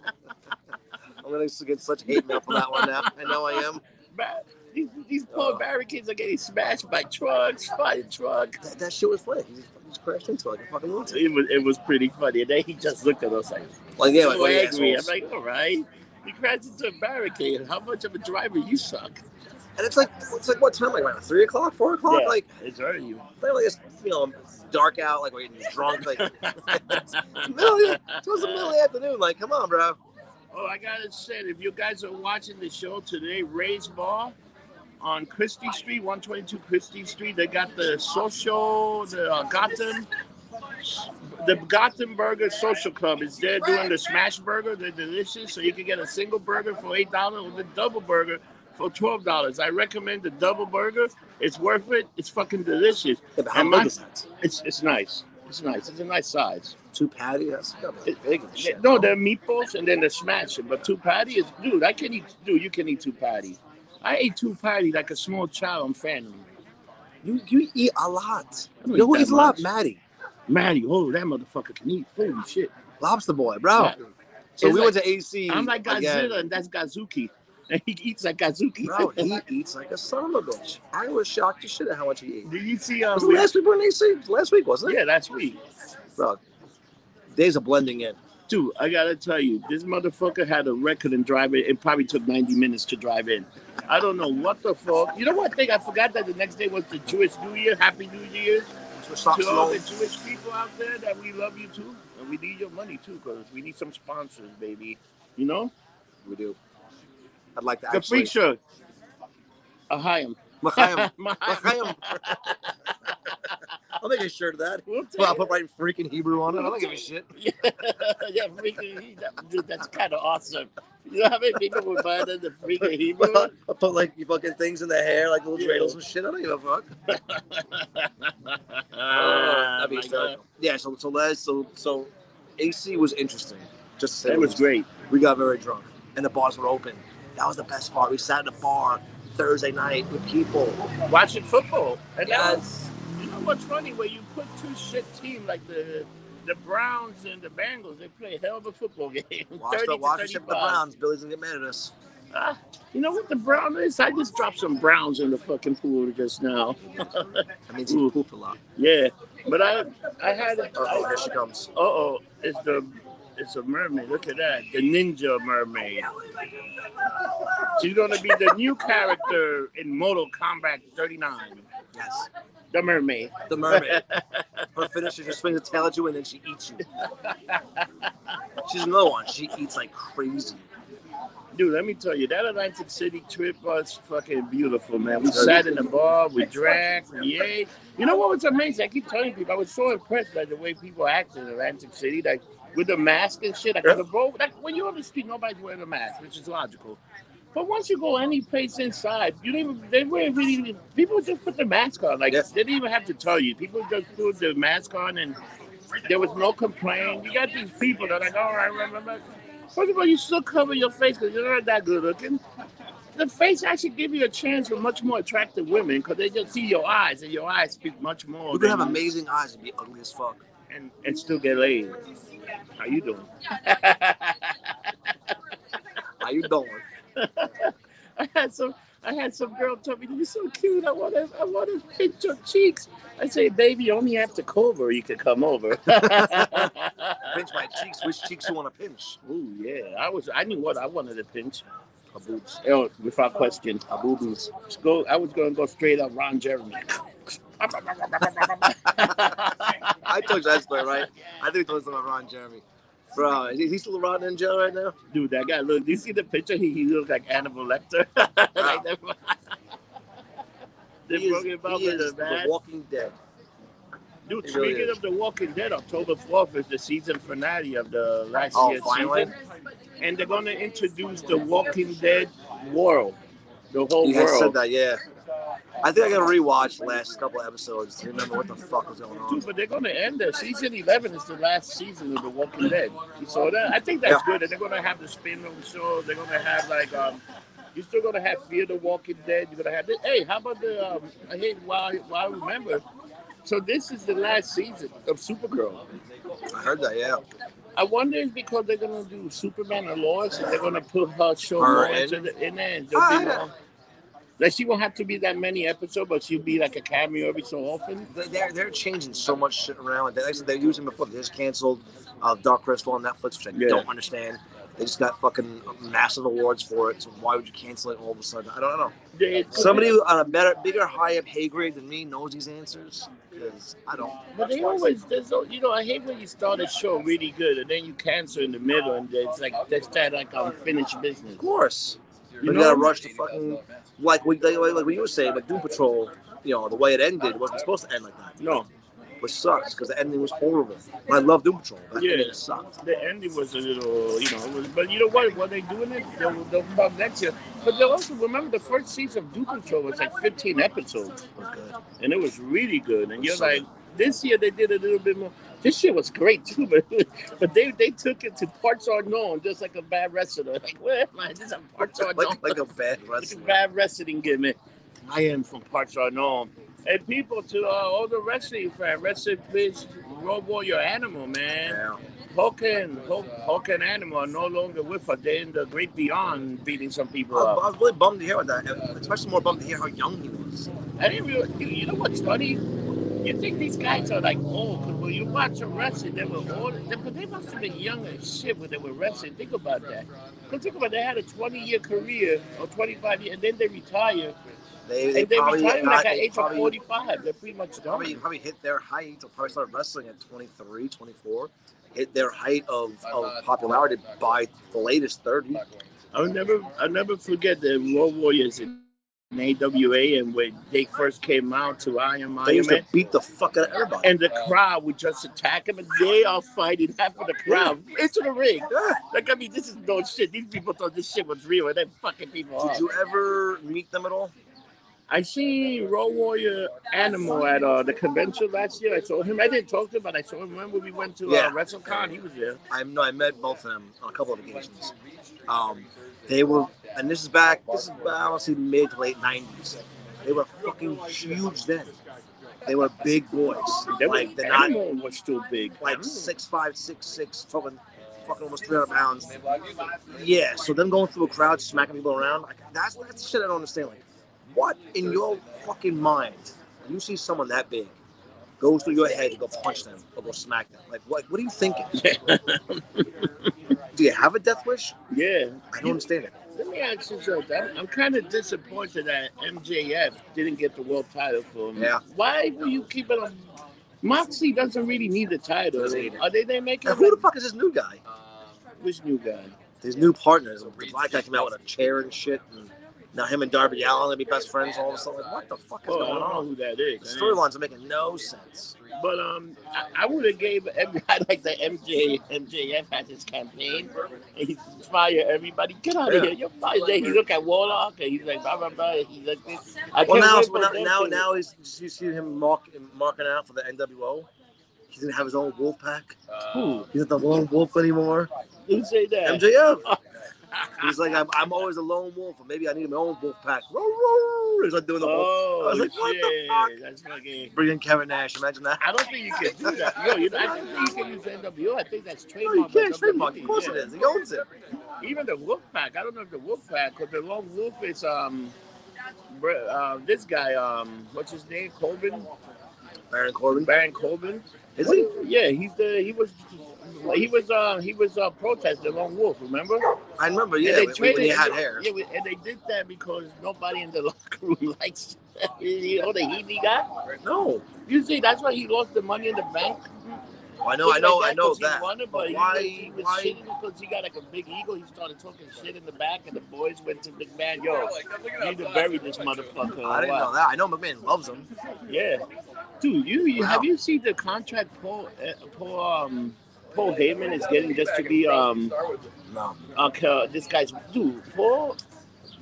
S2: I'm gonna get such hate mail for that one now. I know I am.
S1: Ba- These, these poor
S2: Oh.
S1: barricades are getting smashed by trucks, fire trucks.
S2: That, that shit was funny. He just fucking crashed into like a fucking lunatic.
S1: It was it was pretty funny. And then he just looked at us like,
S2: Like yeah, like
S1: so
S2: what are you
S1: angry. I'm
S2: assholes?
S1: like, all right. You crashed into a barricade. How much of a driver you suck?
S2: And it's like it's like what time? Like around three o'clock, four o'clock?
S1: Yeah.
S2: Like
S1: It's hurt you.
S2: they like it's you know dark out, like we're getting drunk,
S1: *laughs*
S2: like *laughs* it's middle of the- it was the middle of the afternoon. Like come on, bro.
S1: Oh, I gotta say, if you guys are watching the show today, Ray's Bar on Christie Street, 122 Christie Street, they got the social, the uh, Gotham, the Gothenburger Social Club is there doing the smash burger. They're delicious, so you can get a single burger for eight dollars or the double burger for twelve dollars. I recommend the double burger. It's worth it. It's fucking delicious.
S2: Yeah, but how
S1: And
S2: big
S1: my-
S2: is that?
S1: It's it's nice. It's nice. It's a nice size.
S2: Two patties? That's gotta be big and shit.
S1: No, they're meatballs and then they're smashing. But two patty is, dude, I can eat, dude, you can eat two patty. I ate two patty like a small child. I'm family.
S2: you you eat a lot.
S1: I don't
S2: You know who
S1: eat that
S2: eats a lot?
S1: much.
S2: Maddie,
S1: Maddie, oh, that motherfucker can eat. Holy shit.
S2: lobster boy, bro.
S1: Yeah.
S2: So
S1: It's
S2: we
S1: like-
S2: went to AC.
S1: I'm like Godzilla
S2: again.
S1: and that's Gazuki. *laughs* And he eats like Gazuki. *laughs*
S2: Bro, he eats like a son of a bitch. I was shocked to shit at how much he ate.
S1: Did you see? Um,
S2: Was it last week we were in AC? Last week, wasn't it?
S1: yeah, that's me.
S2: Bro, days of blending in.
S1: Dude, I gotta tell you, this motherfucker had a record and drive it. It probably took 90 minutes to drive in. I don't know what the fuck. You know what thing? I forgot that the next day was the Jewish New Year. Happy New Year.
S2: So stop
S1: to all
S2: slow.
S1: the Jewish people out there that we love you too, and we need your money too, because we need some sponsors, baby. You know,
S2: We do. I'd like to
S1: the
S2: actually.
S1: freak show. Ahayim. *laughs*
S2: L'chaim. L'chaim. I'll make a shirt of that.
S1: We'll take
S2: Well,
S1: *laughs*
S2: I'll
S1: it.
S2: put right in freaking Hebrew on it. I don't give a shit.
S1: yeah, yeah, freaking, that, dude, that's kind of awesome. You know how many people would buy that the
S2: *laughs*
S1: freaking Hebrew?
S2: Well, I'll put like you fucking things in the hair, like little
S1: Yeah.
S2: dreidels and shit. I don't give a fuck.
S1: Ah,
S2: That'd be
S1: my
S2: hysterical.
S1: God.
S2: Yeah, so so Les, so so AC was interesting. Just to say
S1: That
S2: the
S1: was
S2: least.
S1: great.
S2: We got very drunk, and the bars were open. That was the best part. We sat in a bar Thursday night with people.
S1: Watching football, and that was
S2: Yes.
S1: You know what's funny? When you put two shit teams like the the Browns and the Bengals, they play hell of a football *laughs* game.
S2: Watch
S1: 30
S2: the
S1: to
S2: watch the shit with the
S1: 35.
S2: Browns. Billy's gonna get mad at us.
S1: Ah, you know what the brown is? I just dropped some browns in the fucking pool just now.
S2: That means he
S1: Ooh.
S2: pooped a lot.
S1: Yeah, but I I had
S2: Uh oh,
S1: uh
S2: here she comes.
S1: oh, it's the it's a mermaid. Look at that, the ninja mermaid. She's gonna be the new character in Mortal Kombat 39.
S2: Yes,
S1: The mermaid. *laughs*
S2: the mermaid. Her finisher just swings a tail at you and then she eats you. She's another one. She eats like crazy.
S1: Dude, let me tell you, that Atlantic City trip was fucking beautiful, man. We sat in the bar, we drank, we ate. You know what was amazing? I keep telling people, I was so impressed by the way people act in Atlantic City, like with the mask and shit. Like, on the road, like when you're on the street, nobody's wearing a mask, which is logical. But once you go any place inside, you didn't. even- They weren't really. even- People just put their mask on. Like
S2: Yeah.
S1: they didn't even have to tell you. People just put their mask on, and there was no complaint. You got these people that are like, all right, remember. First of all, you still cover your face because you're not that good looking. The face actually give you a chance for much more attractive women because they just see your eyes, and your eyes speak much more.
S2: You could
S1: than-
S2: have amazing eyes and be ugly as fuck.
S1: and, and still get laid. How you doing?
S2: How you doing?
S1: *laughs* I had some I had some girl tell me you're so cute. I want to I want to pinch your cheeks. I say, baby, only after Cobra you can come over. *laughs*
S2: Pinch my cheeks. Which cheeks you want to pinch?
S1: Ooh yeah, I was I knew what I wanted to pinch.
S2: Her boobs.
S1: You know, without question,
S2: Her boobies.
S1: Just go. I was gonna go straight up Ron Jeremy.
S2: *laughs* I told you that story, right? I think it was about Ron Jeremy. Bro, is he- he's still Ron in jail right now?
S1: Dude, that guy look. Do you see the picture? He, he looks like Hannibal Lecter. *laughs* Like
S2: Wow.
S1: that one. They
S2: he is,
S1: broke him up
S2: he
S1: with
S2: is
S1: a
S2: the
S1: bad.
S2: Walking Dead.
S1: Dude,
S2: It really
S1: speaking
S2: is.
S1: of The Walking Dead, October 4th is the season finale of the last
S2: Oh,
S1: year's
S2: finally?
S1: season. And they're going to introduce The Walking Dead world. The whole
S2: You guys
S1: world.
S2: said that, yeah. I think I gotta rewatch the last couple episodes to remember what the fuck was going on.
S1: Dude, but they're going to end that. Season 11 is the last season of The Walking Dead. So that, I think that's good. And they're going to have the spin-off show. They're going to have like, um, you're still going to have Fear the Walking Dead. You're going to have this. Hey, how about the, um, I hate, while, while I remember. So this is the last season of Supergirl.
S2: I heard that, yeah.
S1: I wonder if because they're gonna do Superman and Lois, if they're gonna put her show
S2: Her
S1: more
S2: in?
S1: into the, in there. And there'll be
S2: Ah.
S1: more. Like she won't have to be that many episodes, but she'll be like a cameo every so often.
S2: They- They're, they're changing so much shit around. They, like I said, they're using before. They just canceled uh, Dark Crystal on Netflix, which I
S1: Yeah.
S2: don't understand. They just got fucking massive awards for it. So why would you cancel it all of a sudden? I don't know.
S1: They-
S2: Somebody on a better, bigger, high up hay grade than me knows these answers because I don't.
S1: but they always there's no- you know I hate when you start a show really good and then you cancel in the middle and it's like that's that like unfinished business.
S2: Of course,
S1: You
S2: you gotta
S1: know,
S2: rush to fucking like we like, like, like what you were saying, like Doom Patrol. You know, the way it ended wasn't supposed to end like that,
S1: no,
S2: which sucks because the ending was horrible. And I love Doom Patrol. That
S1: Yeah.
S2: ending sucked.
S1: the ending was a little you know, it was, but you know what? What they doing it they'll, they'll come back next year. But they'll also remember the first season of Doom Patrol was like 15 episodes.
S2: It was good.
S1: and it was really good. And you're
S2: So-
S1: like, this year they did a little bit more. This shit was great too, *laughs* but but they they took it to parts unknown, just like a bad wrestler. *laughs* Like, where am I? This is parts unknown.
S2: Like, like a bad
S1: *laughs* It's a
S2: wrestler.
S1: bad wrestling gimmick. I am from parts unknown. And people to uh, all the wrestling fans, wrestling bitch, robo your animal, man.
S2: Yeah.
S1: Hulk and Hulk, Hulk and animal are no longer with us. They're in the great beyond beating some people
S2: I was,
S1: up.
S2: I was really bummed to hear about that, and especially more bummed to hear how young he was.
S1: I didn't really, dude, you know what's funny? You think these guys are like old, but when you watch them wrestling, they were old, they- but they must have been young as shit when they were wrestling. Think about that. Because think about it, they had a 20 year career or 25 year, and then they retire.
S2: They, they,
S1: And they
S2: probably,
S1: retire like
S2: got-
S1: at
S2: they
S1: age of
S2: probably,
S1: 45. They're pretty much
S2: probably,
S1: done.
S2: probably hit their height, or probably started wrestling at 23, 24, hit their height of, of popularity by the latest 30.
S1: I'll never, I'll never forget the World Warriors in AWA and when they first came out to Iron
S2: They
S1: Man.
S2: used to beat the fuck out of everybody.
S1: And the crowd would just attack them, and they are fighting half of the crowd into the ring.
S2: Yeah.
S1: Like, I mean, this is no shit. These people thought this shit was real, and they're fucking people
S2: Did
S1: up.
S2: you ever meet them at all?
S1: I seen Road Warrior Animal at uh, the convention last year. I saw him. I didn't talk to him, but I saw him when we went to
S2: Yeah.
S1: uh, WrestleCon. He was there.
S2: I no, I met both of them on a couple of occasions. Um, they were, and this is back. This is I want to say mid to late nineties. They were fucking huge then. They were big boys.
S1: They
S2: like
S1: were,
S2: they're not
S1: Animal was too
S2: *laughs*
S1: big. *laughs*
S2: like six five, six six, fucking, fucking almost three hundred pounds. Yeah. So them going through a crowd, smacking people around, like that's that's the shit I don't understand. Like, what in your fucking mind? You see someone that big, goes through your head to go punch them or go smack them. Like, what? What are you thinking? Do you have a death wish?
S1: yeah.
S2: I don't understand it.
S1: Let me ask you something. I'm, I'm kind of disappointed that MJF didn't get the world title for him.
S2: Yeah.
S1: Why will you keep it on? Moxie doesn't really need the title.
S2: Doesn't need it.
S1: Are they, they making
S2: Now, who the
S1: him
S2: fuck is this new guy?
S1: a- this new guy?
S2: His new partners. The black guy came out with a chair and shit. And now him and Darby Allen will be best friends all of a sudden. Like, what the fuck is
S1: Oh, I
S2: going
S1: don't know
S2: on?
S1: who that
S2: The
S1: is.
S2: storylines are making no sense.
S1: But um, I, I would have gave M- *laughs* I like the MJ MJF had his campaign. And he fire everybody. Get out of
S2: Yeah.
S1: here! You're fired. Then he look at Warlock and he's like blah blah blah. and He's like this. I
S2: Well,
S1: can't
S2: now,
S1: wait for
S2: now,
S1: them
S2: now,
S1: to-
S2: now he's you see him mark, marking out for the NWO. He didn't have his own wolf pack.
S1: Who?
S2: He's not the lone wolf anymore.
S1: Who say that?
S2: MJF. He's like, I'm, I'm always a lone wolf, or maybe I need my own wolf pack. Roar, roar. He's like doing the whole.
S1: oh,
S2: I was like, what the
S1: shit.
S2: fuck?
S1: That's fucking.
S2: Bring in Kevin Nash.
S1: *laughs*
S2: Imagine that.
S1: I don't think you can do that. Yo, you know, I don't think you can use NWO. I think that's
S2: No,
S1: trademark.
S2: you
S1: by
S2: can't trademark. Of
S1: WWE,
S2: course
S1: yeah.
S2: it is. He owns it.
S1: Even the wolf pack. I don't know if the wolf pack, because the lone wolf is um, br- uh, this guy um, what's his name? Corbin,
S2: Baron Corbin.
S1: Baron Corbin.
S2: Is he?
S1: Yeah, he's the he was he was uh he was uh protesting Lone Wolf. Remember?
S2: I remember, yeah,
S1: And
S2: when, when
S1: traded-
S2: he had hair.
S1: Yeah, we- and they did that because nobody in the *laughs* locker room likes. you know the heat *laughs* he got.
S2: No.
S1: You see, that's why he lost the money in the bank.
S2: Oh, I know, I know, I know
S1: 'cause
S2: that.
S1: He won it,
S2: But
S1: but why? He
S2: why?
S1: was
S2: Why?
S1: shitting because he got like a big ego. He started talking shit in the back, and the boys went to McMahon. Yo, you need to bury this motherfucker. or
S2: I didn't
S1: what?"
S2: know that. I know McMahon loves him.
S1: Yeah, dude, you, you
S2: Wow.
S1: have you seen the contract Paul uh, Paul um, Paul Heyman is getting just to be um
S2: No.
S1: okay, this guy's dude Paul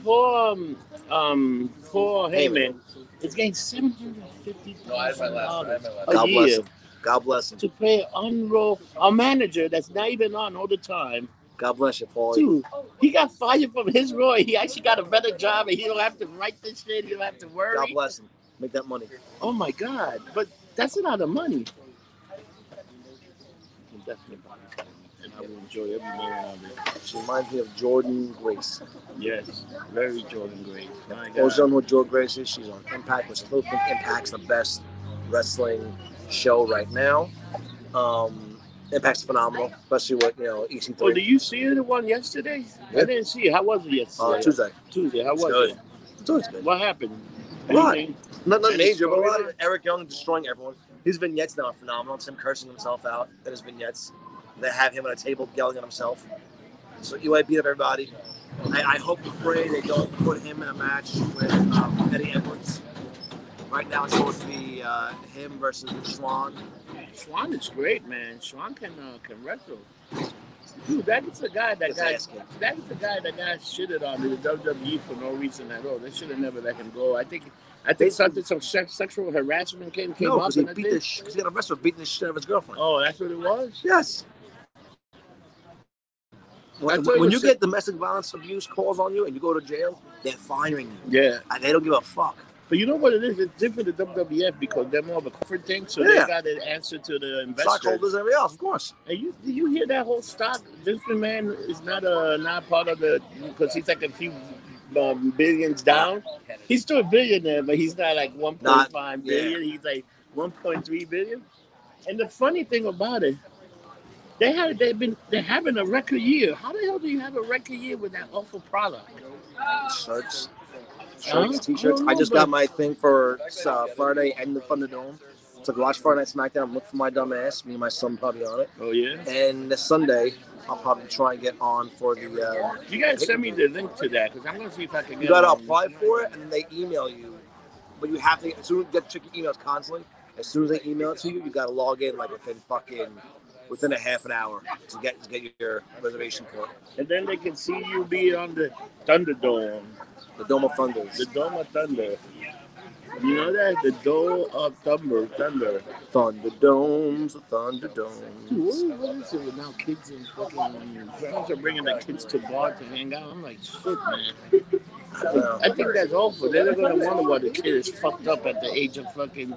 S1: Paul um, um Paul Heyman is getting seven hundred fifty thousand dollars a
S2: God bless
S1: year
S2: him. God bless him.
S1: to pay unroll a manager that's not even on all the time.
S2: God bless you, Paulie.
S1: Dude, he got fired from his Roy. He actually got a better job, and he don't have to write this shit. He don't have to worry.
S2: God bless him. Make that money.
S1: Oh my God! But that's a lot of money. I'm definitely buying it, and I will enjoy every moment of it.
S2: She reminds me of Jordan Grace.
S1: Yes, very Jordan Grace. My God.
S2: Those don't know what Jordan Grace is. She's on Impact, which I still think Impact's the best wrestling show right now. Um, Impact's phenomenal, especially with you know E
S1: Oh, did
S2: EC3
S1: you see the one yesterday?
S2: Yeah.
S1: I didn't see it. How was it yesterday?
S2: uh, Tuesday.
S1: Tuesday. How
S2: It's
S1: was
S2: good.
S1: it?
S2: It's always good.
S1: What happened?
S2: What?
S1: Anything?
S2: Nothing
S1: Any
S2: major, but
S1: storyline?
S2: like Eric Young destroying everyone. His vignettes now are phenomenal. It's him cursing himself out in his vignettes. They have him at a table yelling at himself. So Eli beat up everybody. I, I hope and pray they don't put him in a match with um, Eddie Edwards. Right now it's supposed to be uh, him versus Schwan.
S1: Schwan is great, man. Schwan can uh, can wrestle. Dude, that is a guy that
S2: His
S1: got
S2: ass kicked.
S1: that is the guy that got shitted on in the WWE for no reason at all. They should have never let him go. I think I think something some sex, sexual harassment came came
S2: No,
S1: up
S2: because he
S1: and I
S2: beat
S1: think-
S2: the sh- 'cause he got arrested for beating the shit out of his girlfriend.
S1: Oh, that's what it was.
S2: Yes. When,
S1: That's what
S2: when
S1: it
S2: you
S1: was-
S2: get domestic violence abuse calls on you and you go to jail, they're firing you.
S1: Yeah,
S2: And Ah, they don't give a fuck.
S1: but you know what it is? It's different than WWF because they're more of a corporate thing, so
S2: Yeah.
S1: they got an answer to the investors.
S2: stockholders and everything else, of course.
S1: And you, do you hear that whole stock? This man is not a not part of the because he's like a few um, billions down. He's still a billionaire, but he's not like one point five
S2: yeah.
S1: billion. He's like one point three billion. And the funny thing about it, they had they've been they're having a record year. How the hell do you have a record year with that awful product?
S2: Shirts, shirts,
S1: Huh?
S2: t-shirts. I just got my thing for uh, Friday and the Thunderdome. So go watch Friday Night SmackDown. Look for my dumb ass. Me and my son probably on it.
S1: Oh yeah,
S2: And this Sunday, I'll probably try and get on for the. Uh,
S1: you guys send me the link to that because I'm gonna see if I can.
S2: you gotta
S1: on.
S2: apply for it, and then they email you. But you have to as soon get check your emails constantly. As soon as they email it to you, you gotta log in like within fucking within a half an hour to get to get your reservation for it.
S1: and then they can see you be on the Thunderdome.
S2: The Dome of Thunders.
S1: The Dome of Thunder. You know that? The Dome of Thunder. Thunder.
S2: Thunderdomes,
S1: Dude,
S2: Thunderdomes.
S1: what, what is it with now kids and fucking parents are bringing their kids to bar to hang out? I'm like, shit, man.
S2: Uh,
S1: I think that's awful. They're not gonna wonder why the kid is fucked up at the age of fucking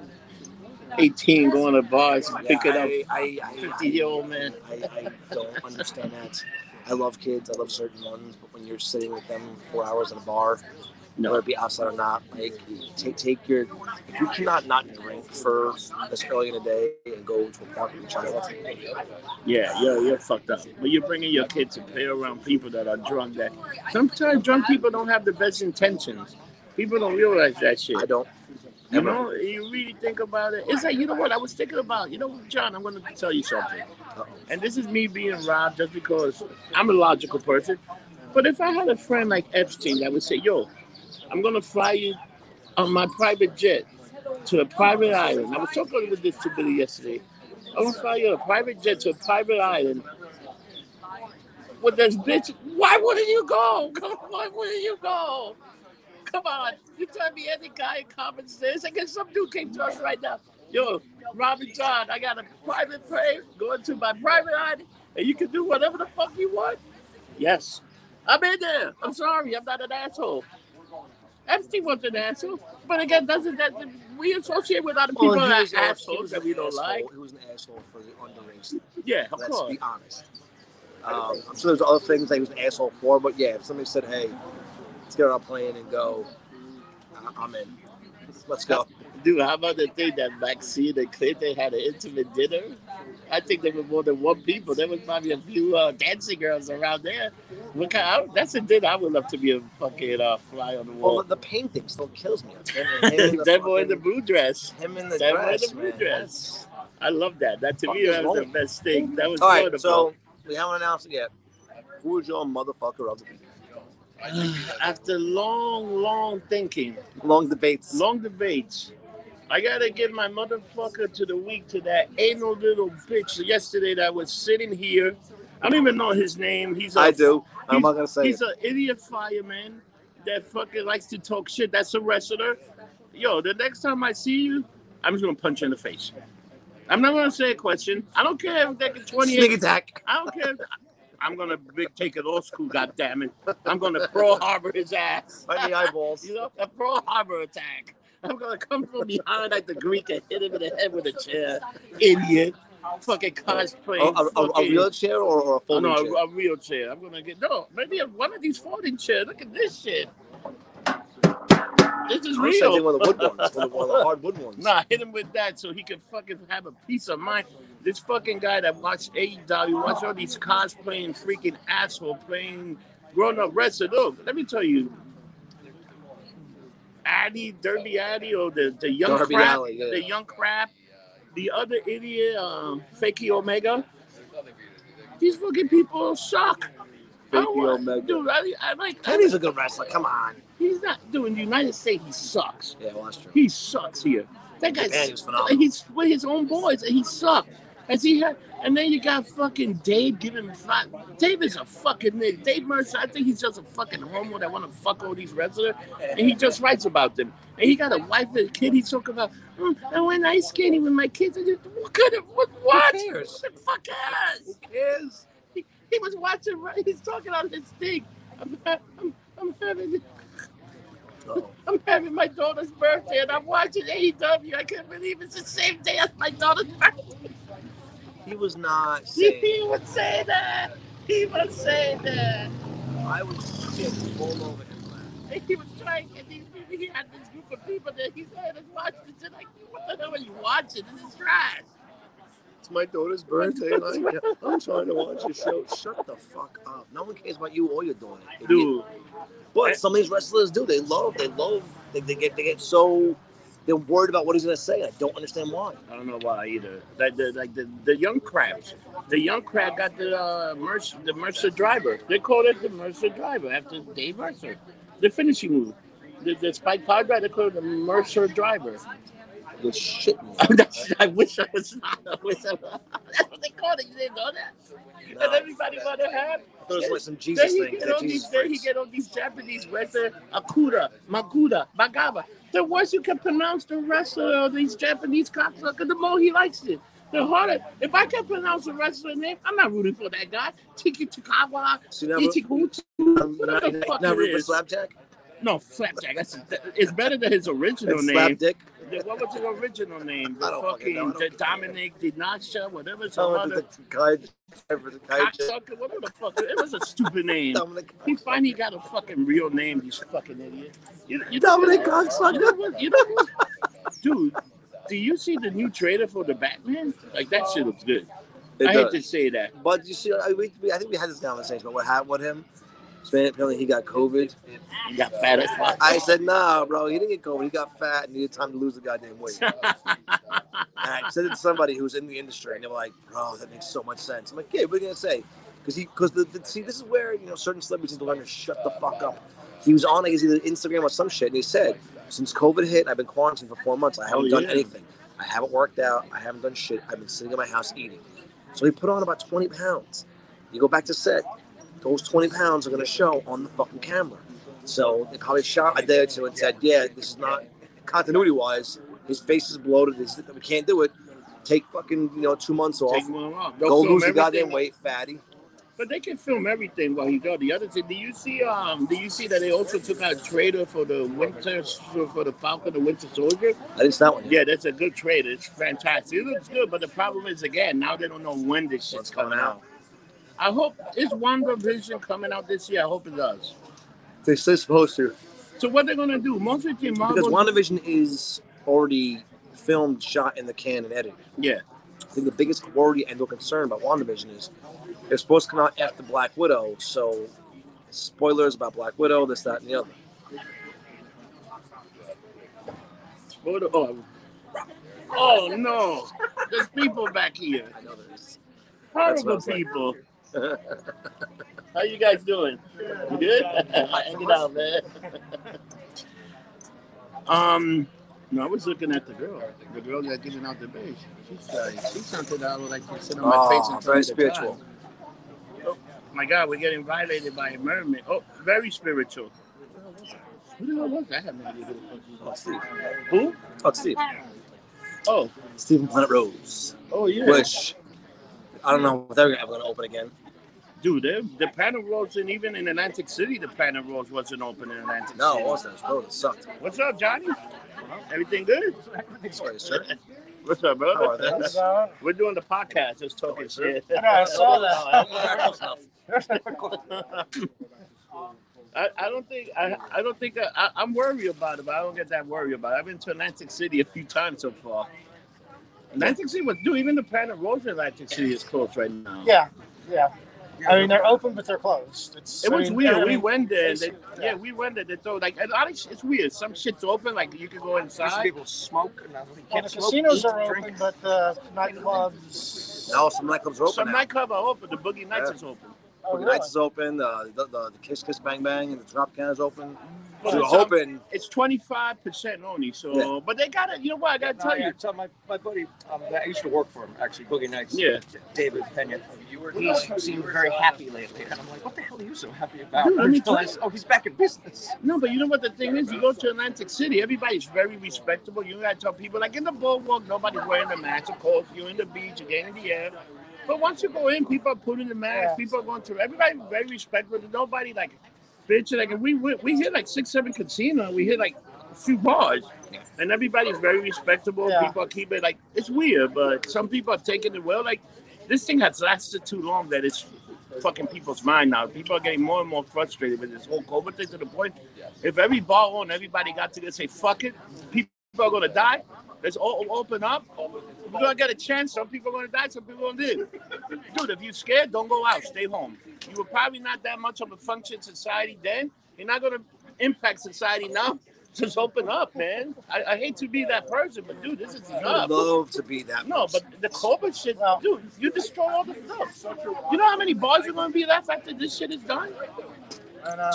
S1: 18 going to bars and picking up
S2: I, I, I,
S1: 50 year old man.
S2: I, I don't understand that. I love kids. I love certain ones, but when you're sitting with them four hours in a bar,
S1: No.
S2: whether it be outside or not, like take take your. If you cannot not drink for this early in the day and go to a party with a child,
S1: Yeah, you're, you're fucked up. But you're bringing your kid to play around people that are drunk. That Sometimes drunk people don't have the best intentions. People don't realize that shit.
S2: I don't.
S1: You know, you really think about it. It's like, you know what I was thinking about? You know, John, I'm going to tell you something. And this is me being robbed just because I'm a logical person. But if I had a friend like Epstein that would say, yo, I'm going to fly you on my private jet to a private island. I was talking with this to Billy yesterday. I'm going to fly you on a private jet to a private island with this bitch. Why wouldn't you go? *laughs* Why wouldn't you go? Come on. You tell me any guy in common sense. I guess some dude came to us right now. Yo, Robin John, I got a private plane going to my private island, and you can do whatever the fuck you want. Yes. I've been there. I'm sorry. I'm not an asshole. Epstein was an asshole. But again, doesn't that we associate with other people
S2: Well, he
S1: that
S2: was
S1: are
S2: an asshole- he
S1: assholes
S2: was
S1: that
S2: an
S1: we don't
S2: asshole-
S1: like?
S2: He was an asshole for the underage.
S1: Yeah, of
S2: Let's
S1: course.
S2: be honest. Um, I'm sure there's other things that he was an asshole for, but yeah, if somebody said, "Hey, let's get on a plane and go," I- I'm in. Let's go.
S1: Dude, how about the thing that Maxine and Clinton had an intimate dinner? I think there were more than one people. There was probably a few uh, dancing girls around there. Look, I, that's a dinner I would love to be a fucking uh, fly on the
S2: Well,
S1: wall.
S2: the painting still kills me. It's him-
S1: *laughs*
S2: him in the
S1: Devil in the
S2: fucking-
S1: blue dress.
S2: Him in the
S1: Devil in
S2: dress.
S1: the blue
S2: man.
S1: dress. I love that. That to
S2: Fucking
S1: me that was the
S2: wrong.
S1: best thing. That was
S2: All right,
S1: wonderful.
S2: so we haven't announced it yet. Who is your motherfucker of the week?
S1: After long, long thinking,
S2: Long debates.
S1: long debates. I gotta give my motherfucker to the week to that anal little bitch yesterday that was sitting here. I don't even know his name. He's a
S2: I do. I'm not gonna say.
S1: He's
S2: It.
S1: an idiot fireman that fucking likes to talk shit. That's a wrestler. Yo, the next time I see you, I'm just gonna punch you in the face. I'm not gonna say a question. I don't care if they
S2: *laughs*
S1: get 28
S2: Sneak attack.
S1: I don't care. If, I'm gonna big take it old school. God damn it! I'm gonna Pearl Harbor his ass.
S2: Right in the eyeballs.
S1: You know, a Pearl Harbor attack. I'm gonna come from behind like the Greek and hit him in the head with a chair. Idiot. Fucking cosplay.
S2: A, Oh, a, a, a
S1: fucking-
S2: real chair or, or a
S1: Oh,
S2: folding
S1: no,
S2: chair?
S1: a, a real chair. I'm gonna get no. Maybe a, one of these folding chairs. Look at this shit. This is
S2: I said they
S1: real.
S2: were the wood ones, one of the, one of
S1: *laughs*
S2: the hardwood ones.
S1: Nah, hit him with that so he can fucking have a peace of mind. This fucking guy that watched AEW, watch all these cosplaying freaking asshole playing grown up wrestler. Look, let me tell you, Addy, Derby Addy, or the, the young
S2: Darby
S1: crap,
S2: Alley, yeah.
S1: the young crap, the other idiot, um, Fakey Omega. These fucking people suck. I don't
S2: Fakey
S1: want-
S2: Omega.
S1: Dude, I, I like.
S2: Kenny's a good wrestler. Come on.
S1: he's not doing the United States. He sucks.
S2: Yeah, well, that's true.
S1: He sucks here. That guy's
S2: Man, he was phenomenal.
S1: He's with his own boys, and he sucked. And see, and then you got fucking Dave giving five. Dave is a fucking nigga. Dave Mercer, I think he's just a fucking homo that want to fuck all these wrestlers, and he just writes about them. And he got a wife and a kid. He talk about, "Mm, I went ice skating with my kids. I just, what kind of what? What?
S2: cares?
S1: The fuck cares?
S2: is.
S1: He, he was watching. right- He's talking on his thing. I'm, ha- I'm, I'm having I'm having my daughter's birthday and I'm watching AEW. I can't believe it's the same day as my daughter's birthday.
S2: He was not saying.
S1: He would say that. He would say that.
S2: I was just all over him. man.
S1: And he was trying, and these people, he had this group of people that he said and watched it. They're like, what the hell are you watching? This is trash.
S2: It's my daughter's birthday. and I- I'm trying to watch your show. Shut the fuck up. No one cares about you or your daughter. idiot. But some of these wrestlers do. They love. They love. They, they get. They get so. They're worried about what he's gonna say. I don't understand why.
S1: I don't know why either. Like the like the, the young crabs, the young crab got the uh, Mercer the Mercer driver. They called it the Mercer driver after Dave Mercer, the finishing move. The, the spike power driver, they called it the Mercer driver.
S2: You're shitting.
S1: *laughs*
S2: *laughs* me.
S1: That's- I wish I was not. I wish I was. *laughs* That's what they called it. You didn't know that.
S2: No.
S1: And everybody want to have.
S2: I thought it was like some
S1: Then
S2: Jesus
S1: he,
S2: thing.
S1: get all these, then he get all these Japanese wrestlers, Akuda, Maguda, Magaba. The worse you can pronounce the wrestler or these Japanese cocksucker, the more he likes it. The harder. If I can pronounce a wrestler name, I'm not rooting for that guy. Tiki Takawa,
S2: See now,
S1: Ichi Hoots.
S2: now,
S1: whatever the fuck
S2: now
S1: it
S2: Rupert
S1: is.
S2: Slapjack.
S1: No, Flapjack. That's, it's better than his original
S2: And
S1: name.
S2: Slapdick.
S1: The- What was his original name? The
S2: I don't fucking
S1: fucking
S2: know. I don't
S1: the
S2: care.
S1: Dominic Dinasha, whatever some
S2: Oh,
S1: other
S2: the Kaiju. The Kaiju.
S1: cocksucker, whatever the fuck. It was a
S2: *laughs*
S1: stupid name. *laughs*
S2: Dominic.
S1: He finally got a fucking real name, these fucking idiots. You, you know
S2: Dominic
S1: what? You
S2: Cocksucker.
S1: know what? You know what? Dude, do you see the new trailer for the Batman? Like, that shit looks good. I hate to say that.
S2: But you see, I, we, we, I think we had this conversation about what happened with him. So Apparently, he got COVID.
S1: You got fat as fuck.
S2: *laughs* I said, nah, bro, he didn't get COVID. He got fat and needed time to lose the goddamn weight. and I said it to somebody who's in the industry, and they were like, bro, that makes so much sense. I'm like, yeah, what are you going to say? Because he, because the, the, see, this is where, you know, certain celebrities need to learn to shut the fuck up. He was on, like, his either Instagram or some shit, and he said, since COVID hit, I've been quarantined for four months. I haven't
S1: Oh,
S2: done
S1: yeah.
S2: anything. I haven't worked out. I haven't done shit. I've been sitting in my house eating. So he put on about 20 pounds. You go back to set, those 20 pounds are going to show on the fucking camera. So they probably shot a day or two and said, yeah, this is not continuity wise. His face is bloated. This, we can't do it. Take fucking, you know, two months off.
S1: Take one off.
S2: Go
S1: film
S2: lose the
S1: everything.
S2: goddamn weight, fatty.
S1: But they can film everything while he go. The other thing, do you see? Um, do you see that they also took out traitor for the Winter for the Falcon, the Winter Soldier?
S2: I didn't start one. yet.
S1: Yeah, that's a good trade. It's fantastic. It looks good, but the problem is again now they don't know when this shit's coming out. I hope is Wonder Vision coming out this year. I hope it does.
S2: They say it's supposed to
S1: So what they're gonna do? Most of the team Marvel,
S2: because WandaVision is already filmed, shot in the can, and edited.
S1: yeah,
S2: I think the biggest worry and or concern about WandaVision is it's supposed to come out after Black Widow, so spoilers about Black Widow, this, that, and the other.
S1: Oh, the- oh, oh no, there's people back here.
S2: I know there is. That's
S1: Horrible
S2: what I was like.
S1: people. *laughs* How you guys doing? You good? Hanging out, man. um, no, I was looking at the girl. The girl that's giving out the bass. She's like, she's uh, something that I would like to sit on my
S2: Oh,
S1: face and tell
S2: very
S1: me to God.
S2: spiritual.
S1: Oh, my God, we're getting violated by a mermaid. Oh, very spiritual. Who the hell was that? I have no idea who the fuck he was. Who?
S2: Oh, it's Steve.
S1: Oh,
S2: Stephen Planet Rose.
S1: oh yeah.
S2: Which I don't know if they're ever going to open again.
S1: Dude, the, the Planet Rolls and even in Atlantic City, the Planet Rolls wasn't open in Atlantic
S2: No,
S1: City.
S2: it wasn't. It was- it sucked.
S1: What's up, Johnny? Everything good?
S2: Sorry, sir.
S1: What's up, brother?
S2: How are Oh, they?
S3: What's going
S1: We're doing the podcast, just talking shit.
S3: on? I saw
S2: That
S3: that.
S2: was enough.
S1: I, I don't think I, I don't think I, I, I'm worried about it, but I don't get that worried about it. I've been to Atlantic City a few times so far. Atlantic City was dude, even the Planet Rolls in Atlantic City is closed right now.
S3: *laughs* Yeah, yeah. I mean, they're open, but they're closed. It's,
S1: It
S3: I
S1: was
S3: mean,
S1: weird.
S3: I
S1: We
S3: mean,
S1: went there. And they,
S3: basically,
S1: yeah, we went there. They throw like a lot of shit- it's weird. Some shit's open, like you could go inside.
S4: people smoke. And you
S3: Well,
S4: can't
S3: the
S4: smoke,
S3: casinos
S4: eat,
S3: are open,
S4: drink.
S3: but the nightclubs.
S2: No, some nightclubs are open.
S1: Some
S2: now.
S1: nightclub are open. The Boogie Nights
S2: Yeah.
S1: is open.
S3: Oh,
S2: the
S3: really?
S2: Nights is open. The, the, the, the Kiss Kiss Bang Bang and the Drop Can is open.
S1: But
S2: So we're
S1: it's-
S2: hoping.
S1: It's twenty five percent only. So,
S2: Yeah.
S1: but they got to You know what? I got to
S4: No,
S1: tell
S4: yeah,
S1: you.
S4: I tell my, my buddy um, that I used to work for him actually, Boogie Nights.
S1: Yeah.
S4: David Pena. He seemed very happy lately, and I'm like, what the hell are you so happy about?
S1: Dude, let me
S4: I realized, oh, he's back in business.
S1: No, but you know what the thing is? You go to Atlantic City, everybody's very respectable. You gotta tell people, like in the boardwalk, nobody's wearing a mask. Of course, you're in the beach, you're getting in the air. But once you go in, people are putting the mask,
S3: Yeah.
S1: people are going through. Everybody's very respectful. There's Nobody like, bitch, like we, we we hit like six, seven casino, we hit like a few bars. And everybody's very respectable.
S3: Yeah.
S1: People keep it like it's weird, but some people are taking it well. Like this thing has lasted too long that it's fucking people's mind now. People are getting more and more frustrated with this whole COVID thing to the point if every bar on everybody got to say fuck it, people are gonna die. Let's all open up. We're gonna get a chance. Some people are gonna die. Some people gonna live. Dude, if you're scared, don't go out. Stay home. You were probably not that much of a function society then. You're not gonna impact society now. *laughs* Just open up, man. I, I hate to be that person, but dude, this is
S2: I
S1: enough.
S2: would love to be that.
S1: No, but the corporate shit,
S3: No.
S1: dude, you destroy all the stuff. You know how many bars are gonna be left after this shit is done?
S3: And, uh,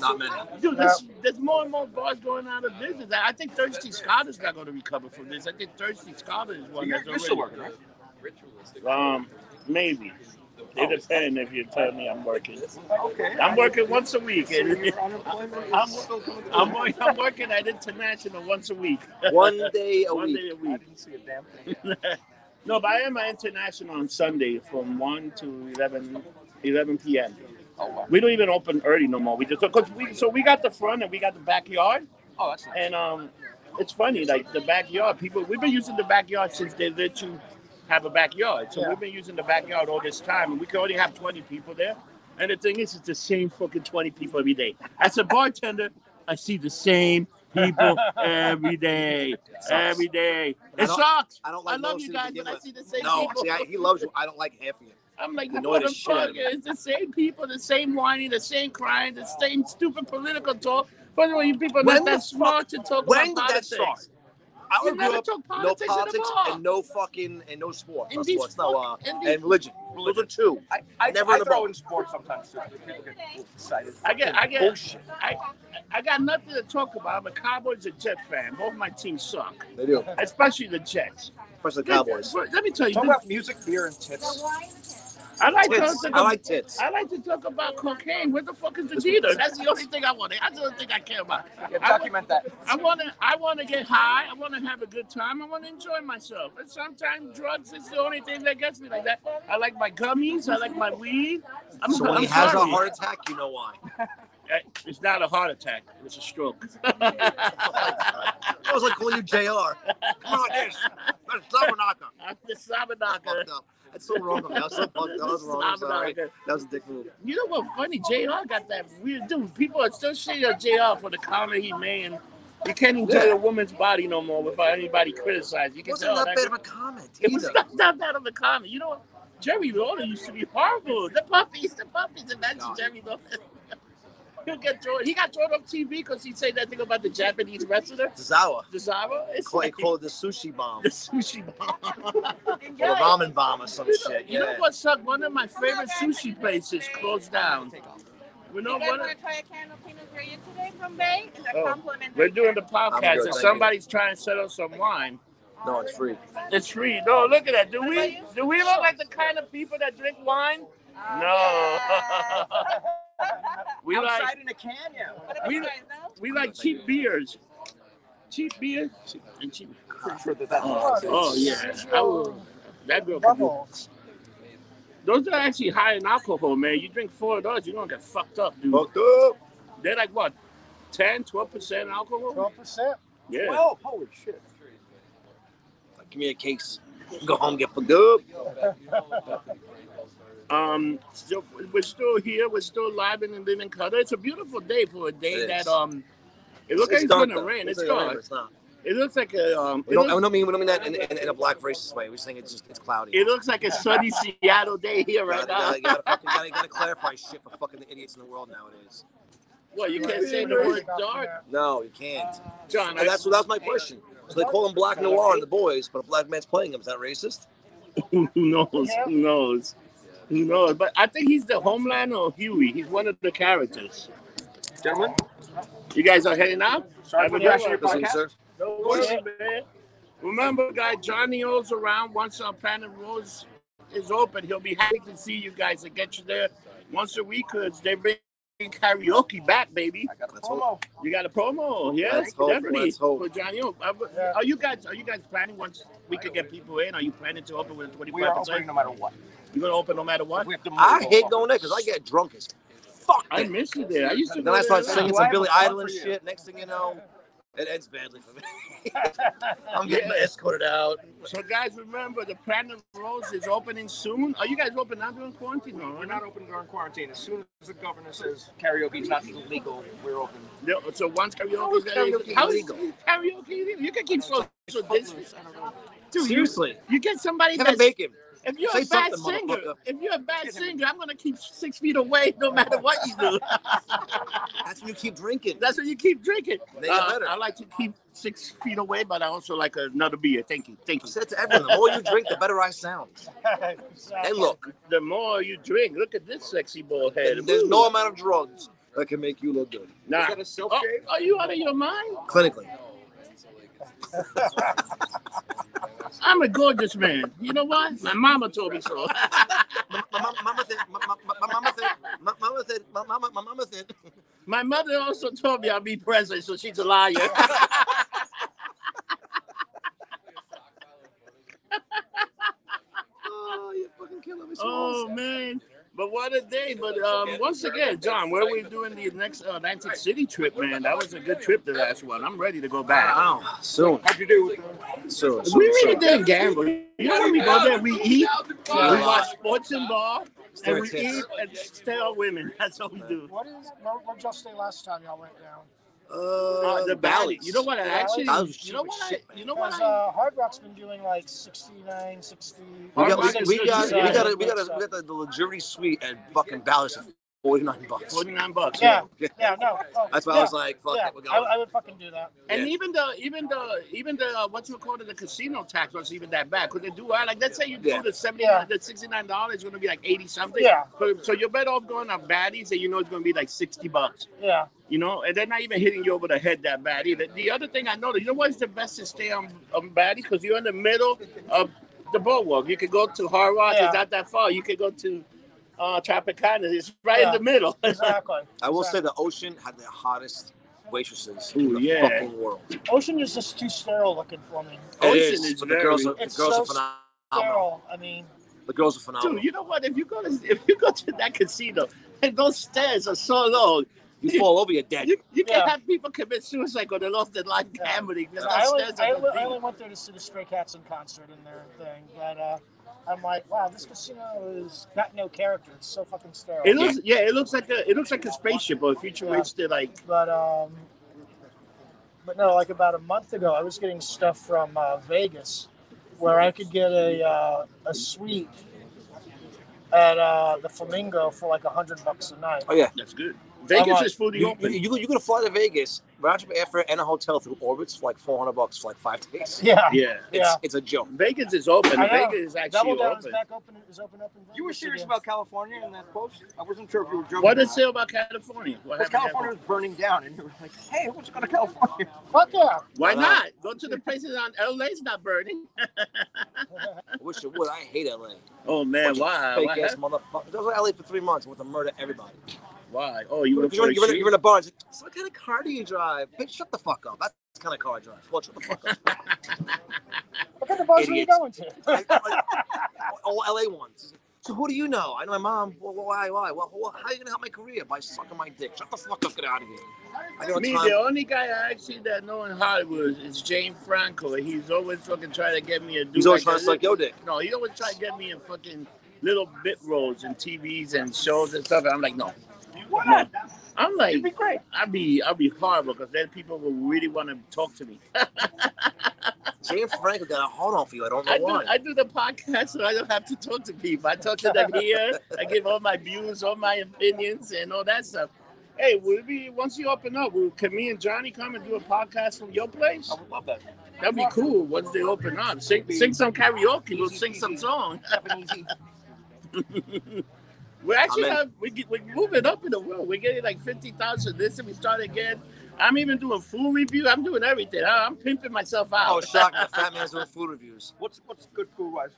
S2: not many.
S1: Dude, there's, there's more and more bars going out of business. I I think Thirsty Scott is not going to recover from this. I think Thirsty Scott is one
S4: You're,
S1: that's
S4: you're still
S1: already-
S4: working, right?
S1: Um, maybe. It depends if you tell me I'm working.
S4: Okay.
S1: I'm working once a week. and-
S4: Your unemployment
S1: I'm-
S4: is still coming
S1: I'm, wor- I'm working at International once a week.
S2: One day
S1: *laughs*
S2: a
S1: One
S2: week.
S1: day a
S4: I
S1: week.
S4: didn't see a damn thing.
S1: No, but I am at International on Sunday from 1 to 11, 11 p.m.
S4: Oh, wow.
S1: We don't even open early no more. We just, cause we, so we got the front and we got the backyard.
S4: Oh, that's nice.
S1: And um, it's funny, like the backyard people. We've been using the backyard since they let you have a backyard. So
S3: Yeah.
S1: we've been using the backyard all this time, and we can only have twenty people there. And the thing is, it's the same fucking twenty people every day. As a bartender, I see the same
S4: *laughs*
S1: people every day,
S2: sucks.
S1: every day. It
S2: I don't-
S1: sucks.
S2: I don't
S1: I
S2: like
S1: love
S2: most
S1: you
S2: of you to
S1: guys,
S2: begin
S1: but I
S2: with.
S1: see the same
S2: No,
S1: people.
S2: see, I, he loves you. I don't like half of you.
S1: *laughs* I'm like,
S2: I know the shit out
S1: motherfucker,
S2: of it.
S1: it's the same people, the same whining, the same crying, the same stupid political talk. But you people are
S2: When
S1: not
S2: the
S1: that smart to talk
S2: When did
S1: about
S2: that
S1: politics.
S2: start? I
S1: You
S2: grew
S1: never
S2: up
S1: took
S2: no
S1: politics,
S2: politics
S1: at all.
S2: and no fucking and no sport.
S1: And
S2: No
S1: these
S2: sports, no, uh,
S1: fuck- and these-
S2: and religion. Those are two.
S4: I, I,
S2: Never
S4: I
S2: in a
S4: throw
S2: bar.
S4: in sports sometimes too. People get excited.
S1: I get, I get,
S2: Bullshit.
S1: I, I got nothing to talk about. I'm a Cowboys and Jet fan. Both my teams suck,
S2: They do,
S1: especially the Jets.
S2: especially the Cowboys.
S1: Let me tell you,
S4: Talk
S1: this-
S4: about music, beer, and tits.
S1: I like
S2: Tits.
S1: talking
S2: I
S1: ab-
S2: like tits.
S1: I like to talk about cocaine. Where the fuck is the dealer? That's the only thing I want. That's the only thing I care about.
S4: Yeah,
S1: I want,
S4: document that.
S1: I want to. I want to get high. I want to have a good time. I want to enjoy myself. And sometimes drugs is the only thing that gets me like that. I like my gummies. I like my weed. I'm,
S2: So when
S1: I'm
S2: he has a
S1: sorry.
S2: heart attack, you know why.
S1: Uh, It's not a heart attack. It's a stroke. *laughs*
S2: I was like calling you JR. Come on, this. That's Sabanaka.
S1: I'm the
S2: That's
S1: Sabanaka.
S2: fucked up. That's so wrong of me. That's so fucked up.
S1: *laughs*
S2: That was wrong. I'm sorry.
S1: Sabanaka.
S2: That was a dick move.
S1: You know what? Funny, Jr. got that weird dude. People are still shitting on Jr. for the comment he made. and You can't enjoy
S2: Yeah.
S1: a woman's body no more without anybody criticizing. You
S2: It
S1: can
S2: wasn't
S1: tell
S2: that
S1: that-
S2: bad of a comment
S1: It was
S2: either.
S1: not that bad of a comment. You know what? Jerry Lawler used to be horrible. The puppies, the puppies. Imagine
S2: God.
S1: Jerry Lawler. *laughs* He'll get thrown. He got thrown off TV because he said that thing about the Japanese wrestler,
S2: Zawa.
S1: Desara. It's
S2: Call, he
S1: like
S2: called it the sushi bomb
S1: *laughs* the sushi bomb.
S2: or the ramen bomb or some Oh, shit.
S1: You know
S2: Yeah.
S1: what, suck? One of my favorite sushi places closed down. You know
S5: you guys
S1: what?
S5: want to try a can of Pinot Grigio today from Bay? It's a
S1: Oh,
S5: complimentary.
S1: We're doing the
S5: *laughs* can.
S2: I'm
S1: podcast,
S2: good,
S1: and
S2: thank
S1: somebody's trying to sell us some wine.
S2: No, it's free.
S1: It's free. No, look at that. Do we do we look like the kind of people that drink wine? No. *laughs* we
S4: Outside
S1: like
S4: in a can, yeah.
S5: What about
S1: We-
S5: you guys, no?
S1: we like cheap beers. Cheap beer and cheap.
S4: Pretty sure that that's
S3: Oh,
S1: Oh yeah. I will- that girl. Can do.
S3: Bubbles.
S1: Those are actually high in alcohol, man. You drink four of those, you're gonna get fucked up, dude.
S2: Fucked up.
S1: They're like what, 10, 12 percent alcohol?
S3: 12%.
S1: Yeah.
S4: Well, holy shit.
S2: Give me a case. Go home, get fucked up.
S1: Um, so we're still here. We're still live in the living color. It's a beautiful day for a day
S2: It
S1: that
S2: is.
S1: um, it looks like it's
S2: dark,
S1: gonna
S2: though.
S1: rain. It's
S2: It's gonna rain,
S1: dark.
S2: It's not.
S1: It looks like a um, it
S2: We don't, I
S1: looks,
S2: don't mean we don't mean that in, in, in a black racist way. We're just saying it's just it's cloudy.
S1: it looks like a sunny Seattle day here right
S2: gotta,
S1: now.
S2: Gotta,
S1: *laughs*
S2: gotta, fucking, gotta, gotta clarify shit for fucking the idiots in the world nowadays.
S1: Well, you can't say the word
S3: uh,
S1: dark,
S2: No, you can't.
S1: John. I,
S2: And that's that was my question. So they call him Black Noir and the boys, but a black man's playing him. Is that racist?
S1: *laughs* who knows? Who knows? Who knows? But I think he's the Homeland or Huey. He's one of the characters.
S4: Gentlemen,
S1: You guys are heading out.
S4: sorry
S1: Have
S4: for
S1: a
S4: the
S1: good
S4: rest of your
S1: one.
S2: Listen,
S4: podcast.
S2: sir.
S1: No worries, man. Remember, guy, Johnny O's around. Once our Planet Rose is open, he'll be happy to see you guys and get you there once a week because they bring karaoke back, baby.
S4: I got a
S2: Let's hope-
S4: promo.
S1: You got a promo, yes,
S2: Let's hope,
S1: definitely
S2: let's hope.
S1: for Johnny O. Are,
S3: Yeah.
S1: are you guys are you guys planning once we could get people in? Are you planning to open with a twenty
S4: We are
S1: five
S4: opening
S1: percent?
S4: no matter what.
S1: You're gonna open no matter what.
S4: We have to move
S2: I hate
S4: motherfuckers.
S2: going there because I get drunk as fuck.
S1: I miss you there. I used to.
S2: Then I
S1: go
S2: start
S1: there.
S2: singing
S4: Why
S2: some
S4: am
S2: Billy
S4: I drunk
S2: Idol and
S4: for you?
S2: shit. Next thing you know, it ends badly for me. *laughs*
S1: *laughs*
S3: *laughs*
S2: I'm getting escorted out.
S1: So guys, remember the Platinum Rose is opening soon. Are you guys open now during quarantine? No,
S4: We're
S1: we're
S4: not open during quarantine. As soon as the governor says karaoke's not illegal, we're open.
S1: No, so once
S2: How
S1: karaoke
S2: is
S1: is
S2: karaoke
S1: how is
S2: illegal?
S1: karaoke illegal? You can keep social distance. Dude, you,
S2: Seriously,
S1: you get somebody
S2: Kevin
S1: that's,
S2: Bacon.
S1: if you're
S2: say
S1: a bad
S2: something,
S1: singer,
S2: motherfucker.
S1: if you're a bad singer, I'm gonna keep six feet away no matter what you do.
S2: That's when you keep drinking.
S1: That's what you keep drinking.
S2: They get
S1: Uh,
S2: better.
S1: I like to keep six feet away, but I also like another beer. Thank you, thank
S2: I
S1: you.
S2: said to everyone, the more you drink, the better I sound. And look,
S1: The more you drink, look at this sexy bald head.
S2: there's
S1: Woo.
S2: no amount of drugs that can make you look good
S1: Nah.
S4: Is that a self
S1: Oh,
S4: shave?
S1: are you out of your mind?
S2: clinically.
S1: I'm a gorgeous man. You know what? My mama told me so. *laughs*
S2: My my mama mama said, my my- my mama said, my mama said, my mama, my mama said.
S1: My mother also told me I'll be present, so she's a liar. *laughs*
S2: Oh, you're fucking killing me.
S1: oh man. But what a day! But um, once again, John, where we doing the next uh, Atlantic City trip, man? That was a good trip, the last one. I'm ready to go back.
S2: Wow. Soon,
S4: How'd you do with the
S2: soon, soon.
S1: We really didn't gamble. You know when we go there, we eat, we
S2: Yeah.
S1: watch sports and bar, and
S2: Stare at
S1: we
S2: tits.
S1: eat and stare at women. *laughs* That's all we do.
S3: What is, where, where'd y'all stay last time y'all went down?
S2: Uh,
S1: Uh, the valley. You know what? I
S3: Bally's.
S1: actually,
S2: Bally's
S1: you know
S2: cheap as
S1: what?
S2: shit,
S1: I,
S2: man.
S1: you know what?
S3: Because
S1: I,
S3: uh, Hard Rock's been doing like 69, 60.
S2: We got,
S1: Hard
S2: we,
S1: Rock is
S2: we
S1: good
S2: got, we
S1: design.
S2: got, a, we got, a, we got the, the luxury suite at fucking Bally's for forty nine bucks.
S1: Forty-nine bucks.
S3: uh, Yeah, yeah,
S2: *laughs*
S3: no. oh,
S2: That's why I
S3: yeah,
S2: was like, fuck
S3: yeah,
S2: it, we're
S3: I,
S2: going.
S3: I would fucking do that.
S1: And
S2: Yeah.
S1: even the even the even the uh, what you call it the casino tax was even that bad. Could they do I like let's say you
S2: Yeah.
S1: do the seventy
S3: Yeah.
S1: the sixty nine dollars it's gonna be like eighty something.
S3: Yeah.
S1: So, so you're better off going on baddies and you know it's gonna be like sixty bucks.
S3: Yeah.
S1: You know, and they're not even hitting you over the head that bad either. The other thing I noticed, you know what's the best to stay on, on baddies because you're in the middle of the boardwalk. You could go to Hard Rock.
S3: Yeah.
S1: It's not that far. You could go to uh, Tropicana. It's right in
S3: Yeah.
S1: the middle. *laughs*
S3: *laughs* Exactly.
S2: I will say the ocean had the hottest waitresses in
S1: Ooh,
S2: the
S1: yeah.
S2: fucking world.
S3: Ocean is just too sterile looking for me.
S1: Ocean
S2: It
S1: is
S2: but the girls are,
S1: very-
S2: the
S3: It's
S2: girls
S3: so
S2: are phenomenal.
S3: Sterile. I mean,
S2: The girls are phenomenal.
S1: Dude, you know what? If you go to if you go to that casino and those stairs are so low,
S2: you fall over, you're dead.
S1: you, you can
S3: Yeah.
S1: have people commit suicide or they lost their life
S3: Yeah.
S1: gambling. because
S3: I
S1: those
S3: only,
S1: stairs
S3: I,
S1: are
S3: only, I
S1: deep.
S3: only went there to see the Stray Cats in concert and their thing, but uh, I'm like, wow, this casino has got no character. It's so fucking sterile.
S1: It looks yeah, it looks like a it looks like a spaceship or futuristic like
S3: But um, but no, like about a month ago, I was getting stuff from uh, Vegas, where I could get a uh, a suite at uh, the Flamingo for like a hundred bucks a night.
S2: Oh yeah.
S1: that's good. Vegas
S3: like-
S1: is fully
S2: You, you,
S1: open.
S2: you, you gonna fly to Vegas, round trip airfare, and a hotel through orbits for like four hundred bucks for like five days.
S3: *laughs* Yeah,
S1: Yeah.
S2: It's,
S3: Yeah.
S2: it's a joke.
S1: Vegas is open.
S3: I know.
S1: Vegas is
S3: Double
S1: actually
S3: Down is
S1: open.
S3: back open. Is open up in Vegas
S4: You were serious
S3: again.
S4: about California in that post? I wasn't sure if you were joking.
S1: What
S4: or
S1: did it
S4: not.
S1: say about California? What happened
S4: Because
S1: there?
S4: California was burning down, and you were like, "Hey, let's go to California." *laughs*
S3: Fuck yeah.
S1: Why
S2: Wow.
S1: not? Go to the places on LA's not burning.
S2: I wish it would. I
S1: *laughs*
S2: hate LA.
S1: oh man,
S2: Bunch of
S1: why?
S2: Fake
S1: Why?
S2: ass motherfucker. I was in LA for three months. I went to murder everybody.
S1: Why? Oh, you
S2: You're,
S1: were
S2: you're, in- you're, in, a bar. It's like, "So what kind of car do you drive? Bitch, shut the fuck up. That's the kind of car I drive. Well, shut the fuck up.
S3: What kind of bars are you
S2: Idiots.
S3: going to?
S2: I- I- all LA ones. So who do you know? I know my mom. Well, why? Why? Well, well, how are you gonna help my career by sucking my dick? Shut the fuck up. Get out of here. I know
S1: Me,
S2: time.
S1: the only guy I actually that know in Hollywood is James Franco. He's always fucking trying to get me a.
S2: He's always trying to suck
S1: like,
S2: your dick.
S1: No, he always trying to get me in fucking little bit roles and TVs and shows and stuff. And I'm like, no.
S4: Why
S1: no.
S4: not?
S1: I'm
S4: It'd
S1: like,
S4: be great.
S1: I'll be, I'll be horrible because then people will really want to talk to me.
S2: James Franco got a hold on for you. I don't know
S1: I do,
S2: why.
S1: I do the podcast, so I don't have to talk to people. I talk to them here. I give all my views, all my opinions, and all that stuff. Hey, will be once you open up? Will can me and Johnny come and do a podcast from your place?
S4: I would love that.
S1: That'd be cool. Once they open up, sing, sing some karaoke. We'll sing some song.
S4: Have an easy.
S1: We actually
S2: I'm in.
S1: have we get, we're moving up in the world. We're getting like fifty thousand. This and we start again. I'm even doing food review. I'm doing everything. I- I'm pimping myself out.
S2: Oh, shocking! The fat man's doing food reviews.
S4: What's what's good food wise?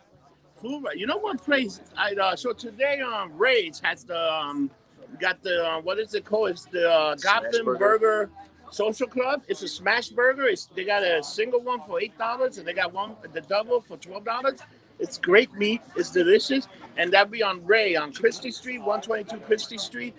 S1: Cool, right? You know what place? I uh, so today um Rage has the um got the uh, what is it called? It's the uh,
S2: Smash
S1: Gotham Burger.
S2: Burger.
S1: Social Club. It's a smash burger. It's they got a single one for eight dollars and they got one the double for twelve dollars. It's great meat. It's delicious, and that'll be on Ray on Christie Street, one twenty two Christie Street.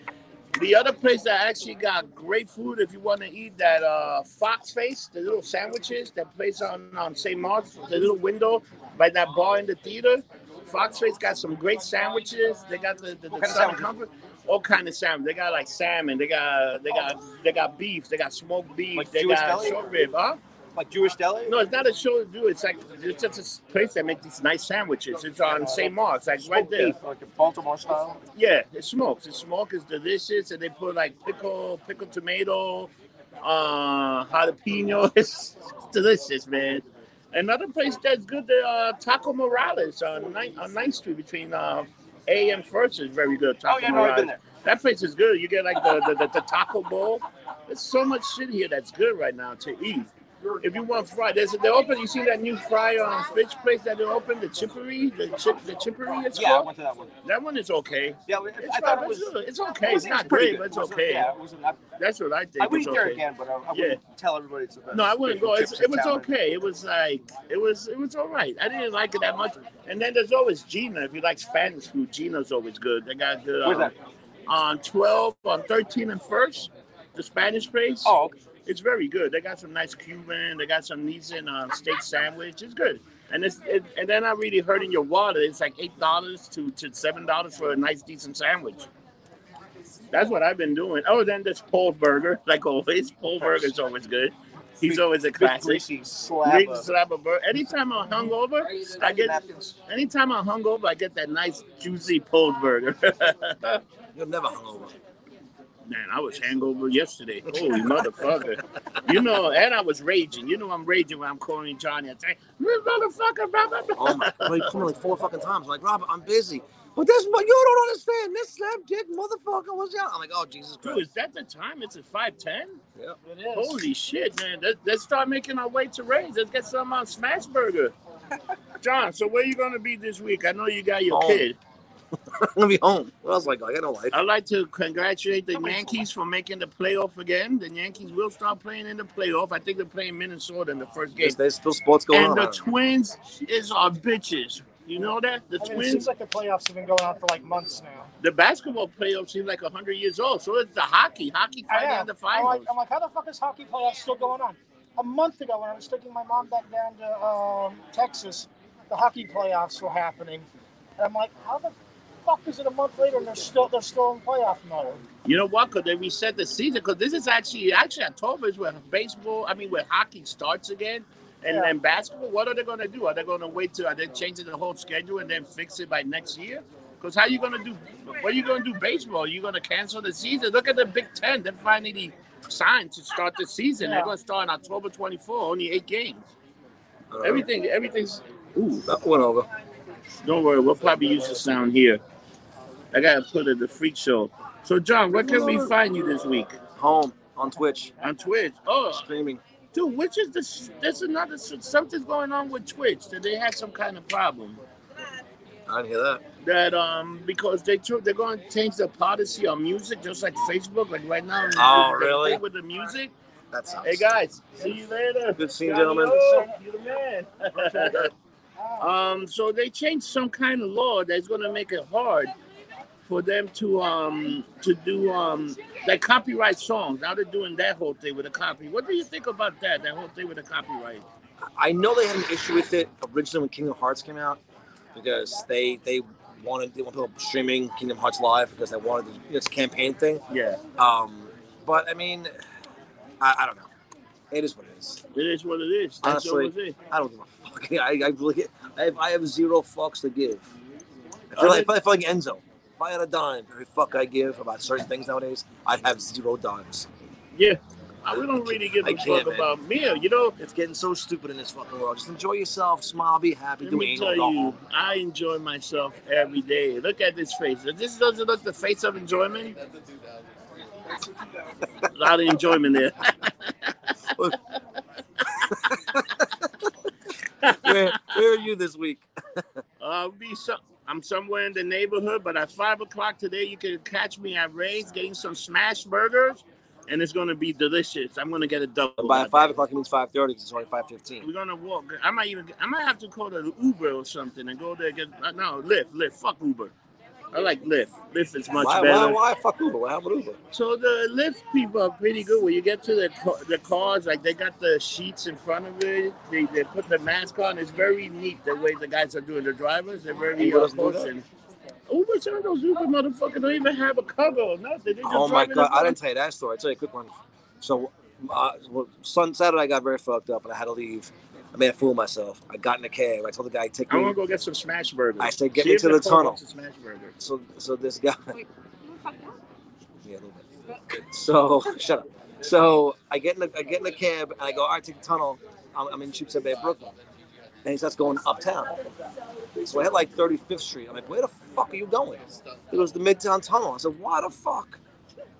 S1: The other place that actually got great food, if you want to eat that uh, fox face, the little sandwiches, that place on um, St. Mark's, the little window by that bar in the theater. Fox face got some great sandwiches. They got the, the,
S4: What
S1: the
S4: kind of
S1: Southern
S4: sandwiches?
S1: comfort, all kind of salmon. They got like salmon. They got they got they got beef. They got smoked beef.
S4: Like
S1: they
S4: Jewish
S1: got
S4: deli?
S1: short rib. Huh?
S4: Like Jewish deli?
S1: No, it's not a show to do. It's like it's just a s- place that makes these nice sandwiches. It's on St. Mark's, like right
S4: Smoked
S1: there.
S4: beef, like a Baltimore style.
S1: Yeah, it smokes. It smoke is delicious, and they put like pickle, pickle tomato, uh, jalapeno. *laughs* It's delicious, man. Another place that's good, the uh, Taco Morales on 9th, on 9th Street between uh, A and First is very good. Taco
S4: Oh yeah, no, I've
S1: Morales.
S4: been there.
S1: That place is good. You get like the, the, the, the taco bowl. There's so much shit here that's good right now to eat. If you want fried, there's they open. You see that new fryer on Fitch place that they opened, the chippery, the chip, the chippery. It's
S4: Yeah, I
S1: called.
S4: went to that one.
S1: That one is okay.
S4: Yeah, I-
S1: It's,
S4: I thought
S1: fine.
S4: it was.
S1: It's good. It's
S4: it
S1: okay. It's
S4: was- it was
S1: not
S4: pretty
S1: great,
S4: good.
S1: but it's
S4: It wasn't-
S1: okay.
S4: Yeah, it wasn't. I,
S1: That's what I think.
S4: I would
S1: It's
S4: eat there
S1: okay.
S4: again, but I, I wouldn't tell everybody it's the best.
S1: No, I wouldn't go. It's,
S4: Chips
S1: it
S4: and
S1: was
S4: salad.
S1: okay. It was like it was it was all right. I didn't like it that much. And then there's always Gina. If you like Spanish food, Gina's always good. They got good.
S4: Where's
S1: Um,
S4: that?
S1: on 12, on 13 and first, the Spanish place.
S4: Oh, okay.
S1: It's very good. They got some nice Cuban. They got some Nissan uh, steak sandwich. It's good. And it's it, and they're not really hurting your wallet. It's like eight dollars to to seven dollars for a nice decent sandwich. That's what I've been doing. Oh, then this Paul Burger, like always. Paul Burger's always good. He's always a
S4: Big
S1: classic.
S4: greasy slab.
S1: Big
S4: of-
S1: slab of burger. Anytime I'm hungover, I get
S4: napkins.
S1: anytime I'm hungover, I get that nice juicy pulled burger. *laughs*
S2: You'll never hungover.
S1: Man, I was hangover yesterday. Holy motherfucker. You know, and I was raging. You know I'm raging when I'm calling Johnny. I say, "You motherfucker, blah, blah, blah."
S2: Oh my! Like, come like four fucking times. like, Robert, I'm busy. But this, mo- you don't understand. This slap dick motherfucker was out. I'm like, oh Jesus
S1: Dude,
S2: Christ!
S1: is that the time? It's at 510?
S3: It is.
S1: Holy shit, man. Let, let's start making our way to Ray's. Let's get some on Smashburger. uh, John, so where you gonna be this week? I know you got your
S2: Home.
S1: kid.
S2: I'm gonna be home. What else like I got no life.
S1: I'd like to congratulate the Yankees for making the playoff again. The Yankees will start playing in the playoff. I think they're playing Minnesota in the first game.
S2: There's, there's still sports going
S1: And
S2: on.
S1: the Twins is our bitches. You know that? The
S3: I mean, it seems
S1: Twins,
S3: like the playoffs have been going on for like months now.
S1: the basketball playoffs seem like 100 years old. So it's the hockey. Hockey
S3: I
S1: fighting in the
S3: I'm like,
S1: finals.
S3: I'm like, how the fuck is hockey playoffs still going on? A month ago, when I was taking my mom back down to um, Texas, the hockey playoffs were happening, and I'm like, how the fuck is it a month later and they're still they're still in playoff mode?
S1: You know what? Because they reset the season. Because this is actually, actually October is when baseball, I mean, when hockey starts again. And
S3: Yeah.
S1: then basketball, what are they going to do? Are they going to wait till, are they changing the whole schedule and then fix it by next year? Because how you going to do, what are you going to do baseball? you going to cancel the season? Look at the Big Ten. They finally signed to start the season. They're
S3: Yeah.
S1: going to start on October 24, only eight games.
S2: Uh,
S1: Everything, everything's.
S2: Ooh, that went over.
S1: Don't worry, we'll probably use the sound here. I gotta put it the freak show. So, John, where can we find you this week
S2: Home on Twitch,
S1: on Twitch? Oh,
S2: streaming.
S1: dude, which is this? There's another something's going on with Twitch. That they had some kind of problem.
S2: I didn't hear that.
S1: That um because they took they're going to change the policy on music just like Facebook. Like right now,
S2: Oh,
S1: they
S2: really?
S1: play with the music.
S2: That sounds.
S1: Hey guys, see you later.
S2: Good seeing you, gentlemen.
S1: You're the man.
S3: Ah,
S1: Um, so they changed some kind of law that's going to make it hard for them to um to do um like copyright songs. Now they're doing that whole thing with a copy. What do you think about that? That whole thing with the copyright.
S2: I know they had an issue with it originally when Kingdom Hearts came out because they they wanted they want people streaming Kingdom Hearts live because they wanted to, it's a campaign thing.
S1: Yeah,
S2: Um, but I mean, I, I don't know. It is what it is.
S1: it is what it is. That's
S2: Honestly.
S1: what it is.
S2: I don't give a *laughs* fuck. I, I really, I have, I have zero fucks to give. I feel, like, I feel like Enzo. If I had a dime for every fuck I give about certain things nowadays, I'd have zero dimes.
S1: Yeah, Uh, we don't really give
S2: I
S1: a
S2: can't,
S1: fuck
S2: man.
S1: about meal. You know,
S2: It's getting so stupid in this fucking world. Just enjoy yourself, smile, be happy,
S1: let
S2: do
S1: me
S2: anal.
S1: tell
S2: go
S1: you,
S2: home.
S1: I enjoy myself every day. Look at this face. If This doesn't look the face of enjoyment. a lot of enjoyment there. *laughs*
S2: Where, where are you
S1: *laughs*
S2: this week?
S1: Uh, be some. I'm somewhere in the neighborhood, but at five o'clock today, you can catch me at Ray's getting some smash burgers, and it's gonna be delicious. I'm gonna get a double.
S2: By five o'clock, it means five thirty because it's only five fifteen.
S1: We're gonna walk. I might even. I might have to call an Uber or something and go there. and Get uh, no Lyft. Lyft. Fuck Uber. I like Lyft. Lyft is much
S2: Why,
S1: better.
S2: why, why? Fuck Uber. Why have Uber?
S1: So the lift people are pretty good. When you get to the ca- the cars, like they got the sheets in front of it. They, they put the mask on. It's very neat the way the guys are doing the drivers. They're very
S2: Uber
S1: uh,
S2: doesn't do that?
S1: caution. Uber, some of those Uber motherfuckers don't even have a cover or nothing. They just
S2: Oh my
S1: driving in
S2: god! I
S1: front.
S2: didn't tell you that story. I tell you a quick one. So, uh, well, sun Saturday I got very fucked up and I had to leave. I made a fool of myself. I got in a cab. I told the guy, "Take
S1: I want
S2: me."
S1: to go get some smash burgers.
S2: I said, "Get
S1: See
S2: me
S1: if
S2: to the
S1: Nicole
S2: tunnel."
S1: wants a smash burger.
S2: So, so this guy.
S5: Wait,
S2: *laughs* Yeah, a little bit. So *laughs* shut up. So I get in the, I get in the cab and I go, all right, take the tunnel. I'm, I'm in Cheapside Bay, Brooklyn. And he starts going uptown. So I hit like 35th Street. I'm like, where the fuck are you going? He goes, the Midtown Tunnel. I said, why the fuck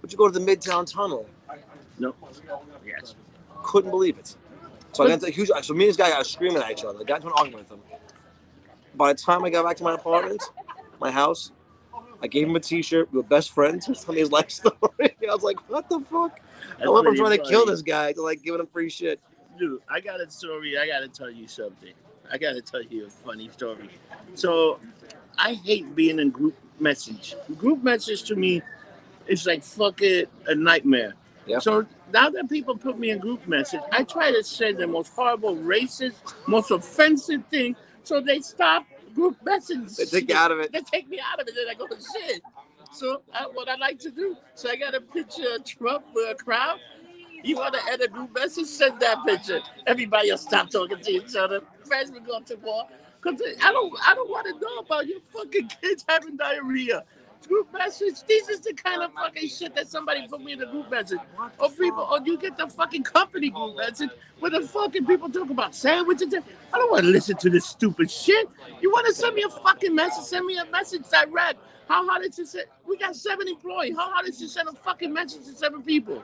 S2: would you go to the Midtown Tunnel?
S1: No. Yes.
S2: Couldn't believe it. So I got into a huge, so me and this guy got screaming at each other. I got into an argument with him. By the time I got back to my apartment, my house, I gave him a t-shirt. We were best friends. *laughs* He was telling me his life story. I was like, what the fuck? I
S1: That's
S2: love him
S1: pretty
S2: trying to
S1: funny.
S2: kill this guy to like giving him free shit.
S1: Dude, I got a story. I got to tell you something. I got to tell you a funny story. So, I hate being in group message. Group message to me is like fucking a nightmare.
S2: Yeah.
S1: So now that people put me in group message, I try to send the most horrible, racist, most offensive thing. So they stop group message.
S2: They take you out of it.
S1: They take me out of it. Then I go, shit. So I, what I like to do, so I got a picture of Trump with a crowd. You want to add a group message? Send that picture. Everybody will stop talking to each other. Friends will go to war. Cause I don't, I don't want to know about your fucking *laughs* kids having diarrhea. Group message. This is the kind of fucking shit that somebody put me in the group message. Or people, or you get the fucking company group message where the fucking people talk about sandwiches. I don't want to listen to this stupid shit. You want to send me a fucking message? Send me a message direct. How hard is it? Send, we got seven employees. How hard is it to send a fucking message to seven people?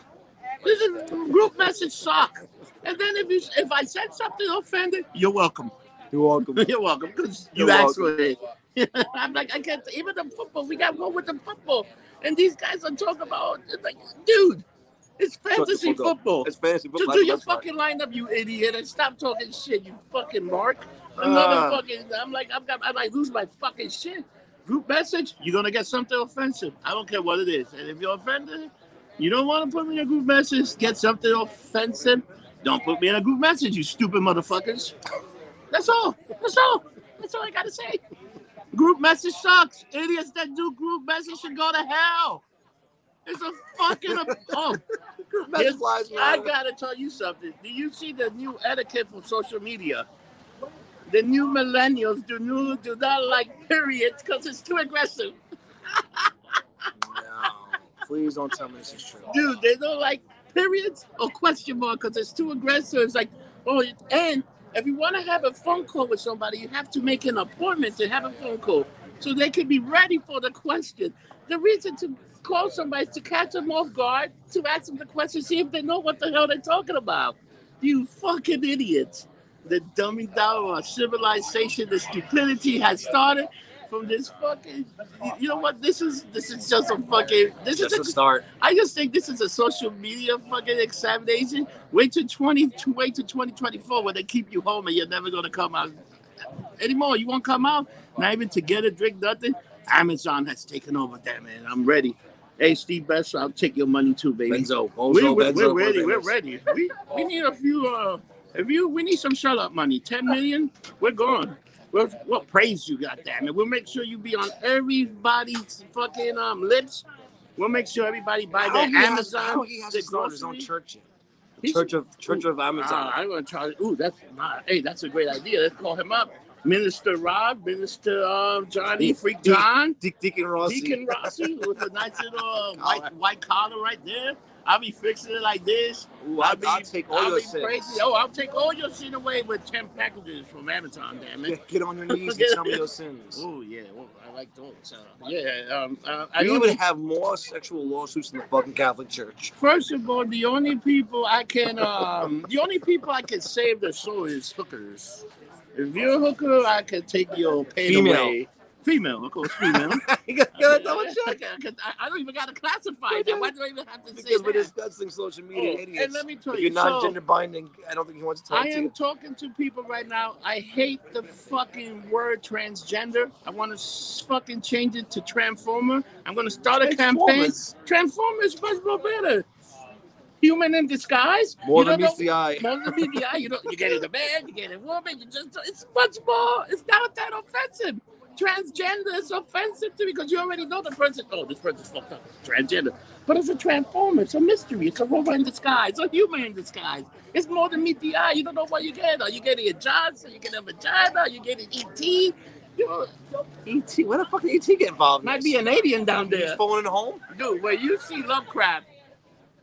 S1: This is group message suck. And then if you if I said something offended, you're welcome.
S2: You're welcome.
S1: *laughs* You're welcome. 'cause you
S2: You're
S1: asked for it. *laughs* I'm like, I can't. Even the football, we got one with the football, and these guys are talking about it's like, dude, it's fantasy
S2: fuck up.
S1: football.
S2: It's fancy.
S1: Just do your fucking lineup, you idiot, and stop talking shit, you fucking mark. Another
S2: Ah.
S1: fucking. I'm like, I'm got. I might lose my fucking shit. Group message, you're gonna get something offensive. I don't care what it is, and if you're offended, you don't want to put me in a group message. Get something offensive. Don't put me in a group message, you stupid motherfuckers. That's all. That's all. That's all I gotta say. Group message sucks. Idiots that do group message should go to hell. It's a fucking. oh,
S2: Message flies me
S1: I
S2: out.
S1: gotta tell you something. Do you see the new etiquette for social media? The new millennials do new do not like periods because it's too aggressive.
S2: No. Please don't tell me this is true.
S1: Dude, they don't like periods or question mark because it's too aggressive. It's like, oh, and if you want to have a phone call with somebody, you have to make an appointment to have a phone call so they can be ready for the question. The reason to call somebody is to catch them off guard, to ask them the question, see if they know what the hell they're talking about. You fucking idiots. The dumbing down of our civilization, the stupidity has started from this fucking. you- You know what? This is this is just a fucking. This
S2: Just
S1: is a
S2: to start.
S1: I just think this is a social media fucking examination. Wait till twenty to wait till twenty twenty four when they keep you home and you're never gonna come out anymore. You won't come out, not even to get a drink, nothing. Amazon has taken over that man. I'm ready. Hey Steve Best, I'll take your money too, baby.
S2: Benzo.
S1: We,
S2: Bozo,
S1: we,
S2: Benzo.
S1: we're
S2: what
S1: ready.
S2: it
S1: We're
S2: is.
S1: ready. We, we need a few. Uh, if you we need some shut up money, ten million, we're gone. We'll, we'll praise you, goddamn it. We'll make sure you be on everybody's fucking um lips. We'll make sure everybody buy
S2: How
S1: their
S2: he has- how
S1: Amazon.
S2: he has
S1: the
S2: started his own
S1: grocery.
S2: church yet?
S1: He's-
S2: Church of Church of
S1: Ah,
S2: Amazon.
S1: I'm gonna try. Ooh, that's not, hey, that's a great idea. Let's call him up, Minister Rob, Minister um, Johnny Freak
S2: Deacon-
S1: John.
S2: Deacon, Deacon Rossi.
S1: Deacon Rossi with a nice
S2: *laughs*
S1: little uh, white white collar right there. I'll be fixing it like this.
S2: Ooh,
S1: I'll
S2: I'll,
S1: be-
S2: I'll take all
S1: I'll
S2: your
S1: be crazy.
S2: sins.
S1: Oh, I'll take all your sin away with ten packages from Amazon. Damn it.
S2: Get,
S1: *laughs*
S2: get on your knees and tell me your sins.
S1: Oh yeah, well, I like those. Uh, yeah, um, uh, I
S2: We
S1: only-
S2: would have more sexual lawsuits in the fucking Catholic Church.
S1: First of all, the only people I can, um, the only people I can save their soul is hookers. If you're a hooker, I can take your pain
S2: Female.
S1: away. Female, of course, female.
S2: you *laughs* gotta
S1: *laughs* *laughs* I,
S2: gotta double check.
S1: I, I don't even gotta classify that. Why do I even have to say
S2: Because we're
S1: that?
S2: discussing social media
S1: Oh,
S2: idiots.
S1: And let me tell
S2: if
S1: you,
S2: you're not
S1: so
S2: gender binding, I don't think he wants to talk
S1: I
S2: to
S1: am
S2: you.
S1: talking to people right now. I hate the fucking word transgender. I want to s- fucking change it to transformer. I'm gonna start a campaign.
S2: Transformers.
S1: Transformer is much more better. Human in disguise.
S2: More
S1: You
S2: than
S1: don't
S2: meets the eye.
S1: know- More than meets the eye. You know, you get it a man, you get it a woman. You just it's much more. It's not that offensive. Transgender is offensive to me because you already know the person. Oh, this person's fucked up. Transgender. But it's a transformer. It's a mystery. It's a robot in disguise. It's a human in disguise. It's more than meet the eye. You don't know what you get. Are you getting a Johnson? You getting a vagina? You getting ET? You know,
S2: ET, where the fuck did ET get involved? in
S1: might
S2: this?
S1: be an alien down
S2: He's
S1: there.
S2: phoning home.
S1: Dude, when you see Lovecraft,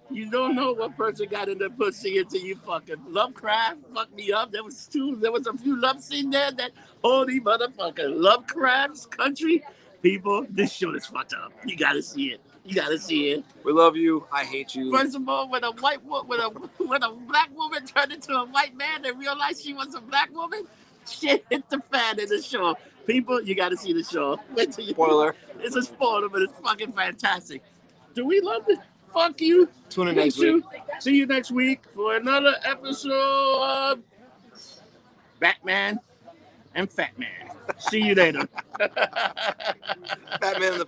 S1: you don't know what person got in their pussy until you fucking Lovecraft fucked me up. There was two, there was a few loves in there that holy motherfucker Lovecraft's country people. This shit is fucked up. You gotta see it. You gotta see it.
S2: We love you. I hate you.
S1: First of all, when a white wo- when a when a black woman turned into a white man and realized she was a black woman, *laughs* shit hit the fan in the show. People, you gotta see the show. Wait till you
S2: Spoiler.
S1: it's a spoiler, but it's fucking fantastic. Do we love it? Fuck you.
S2: Tune in
S1: Hate
S2: next
S1: you.
S2: week.
S1: See you next week for another episode of Batman and Fat Man. See you later.
S2: Batman and the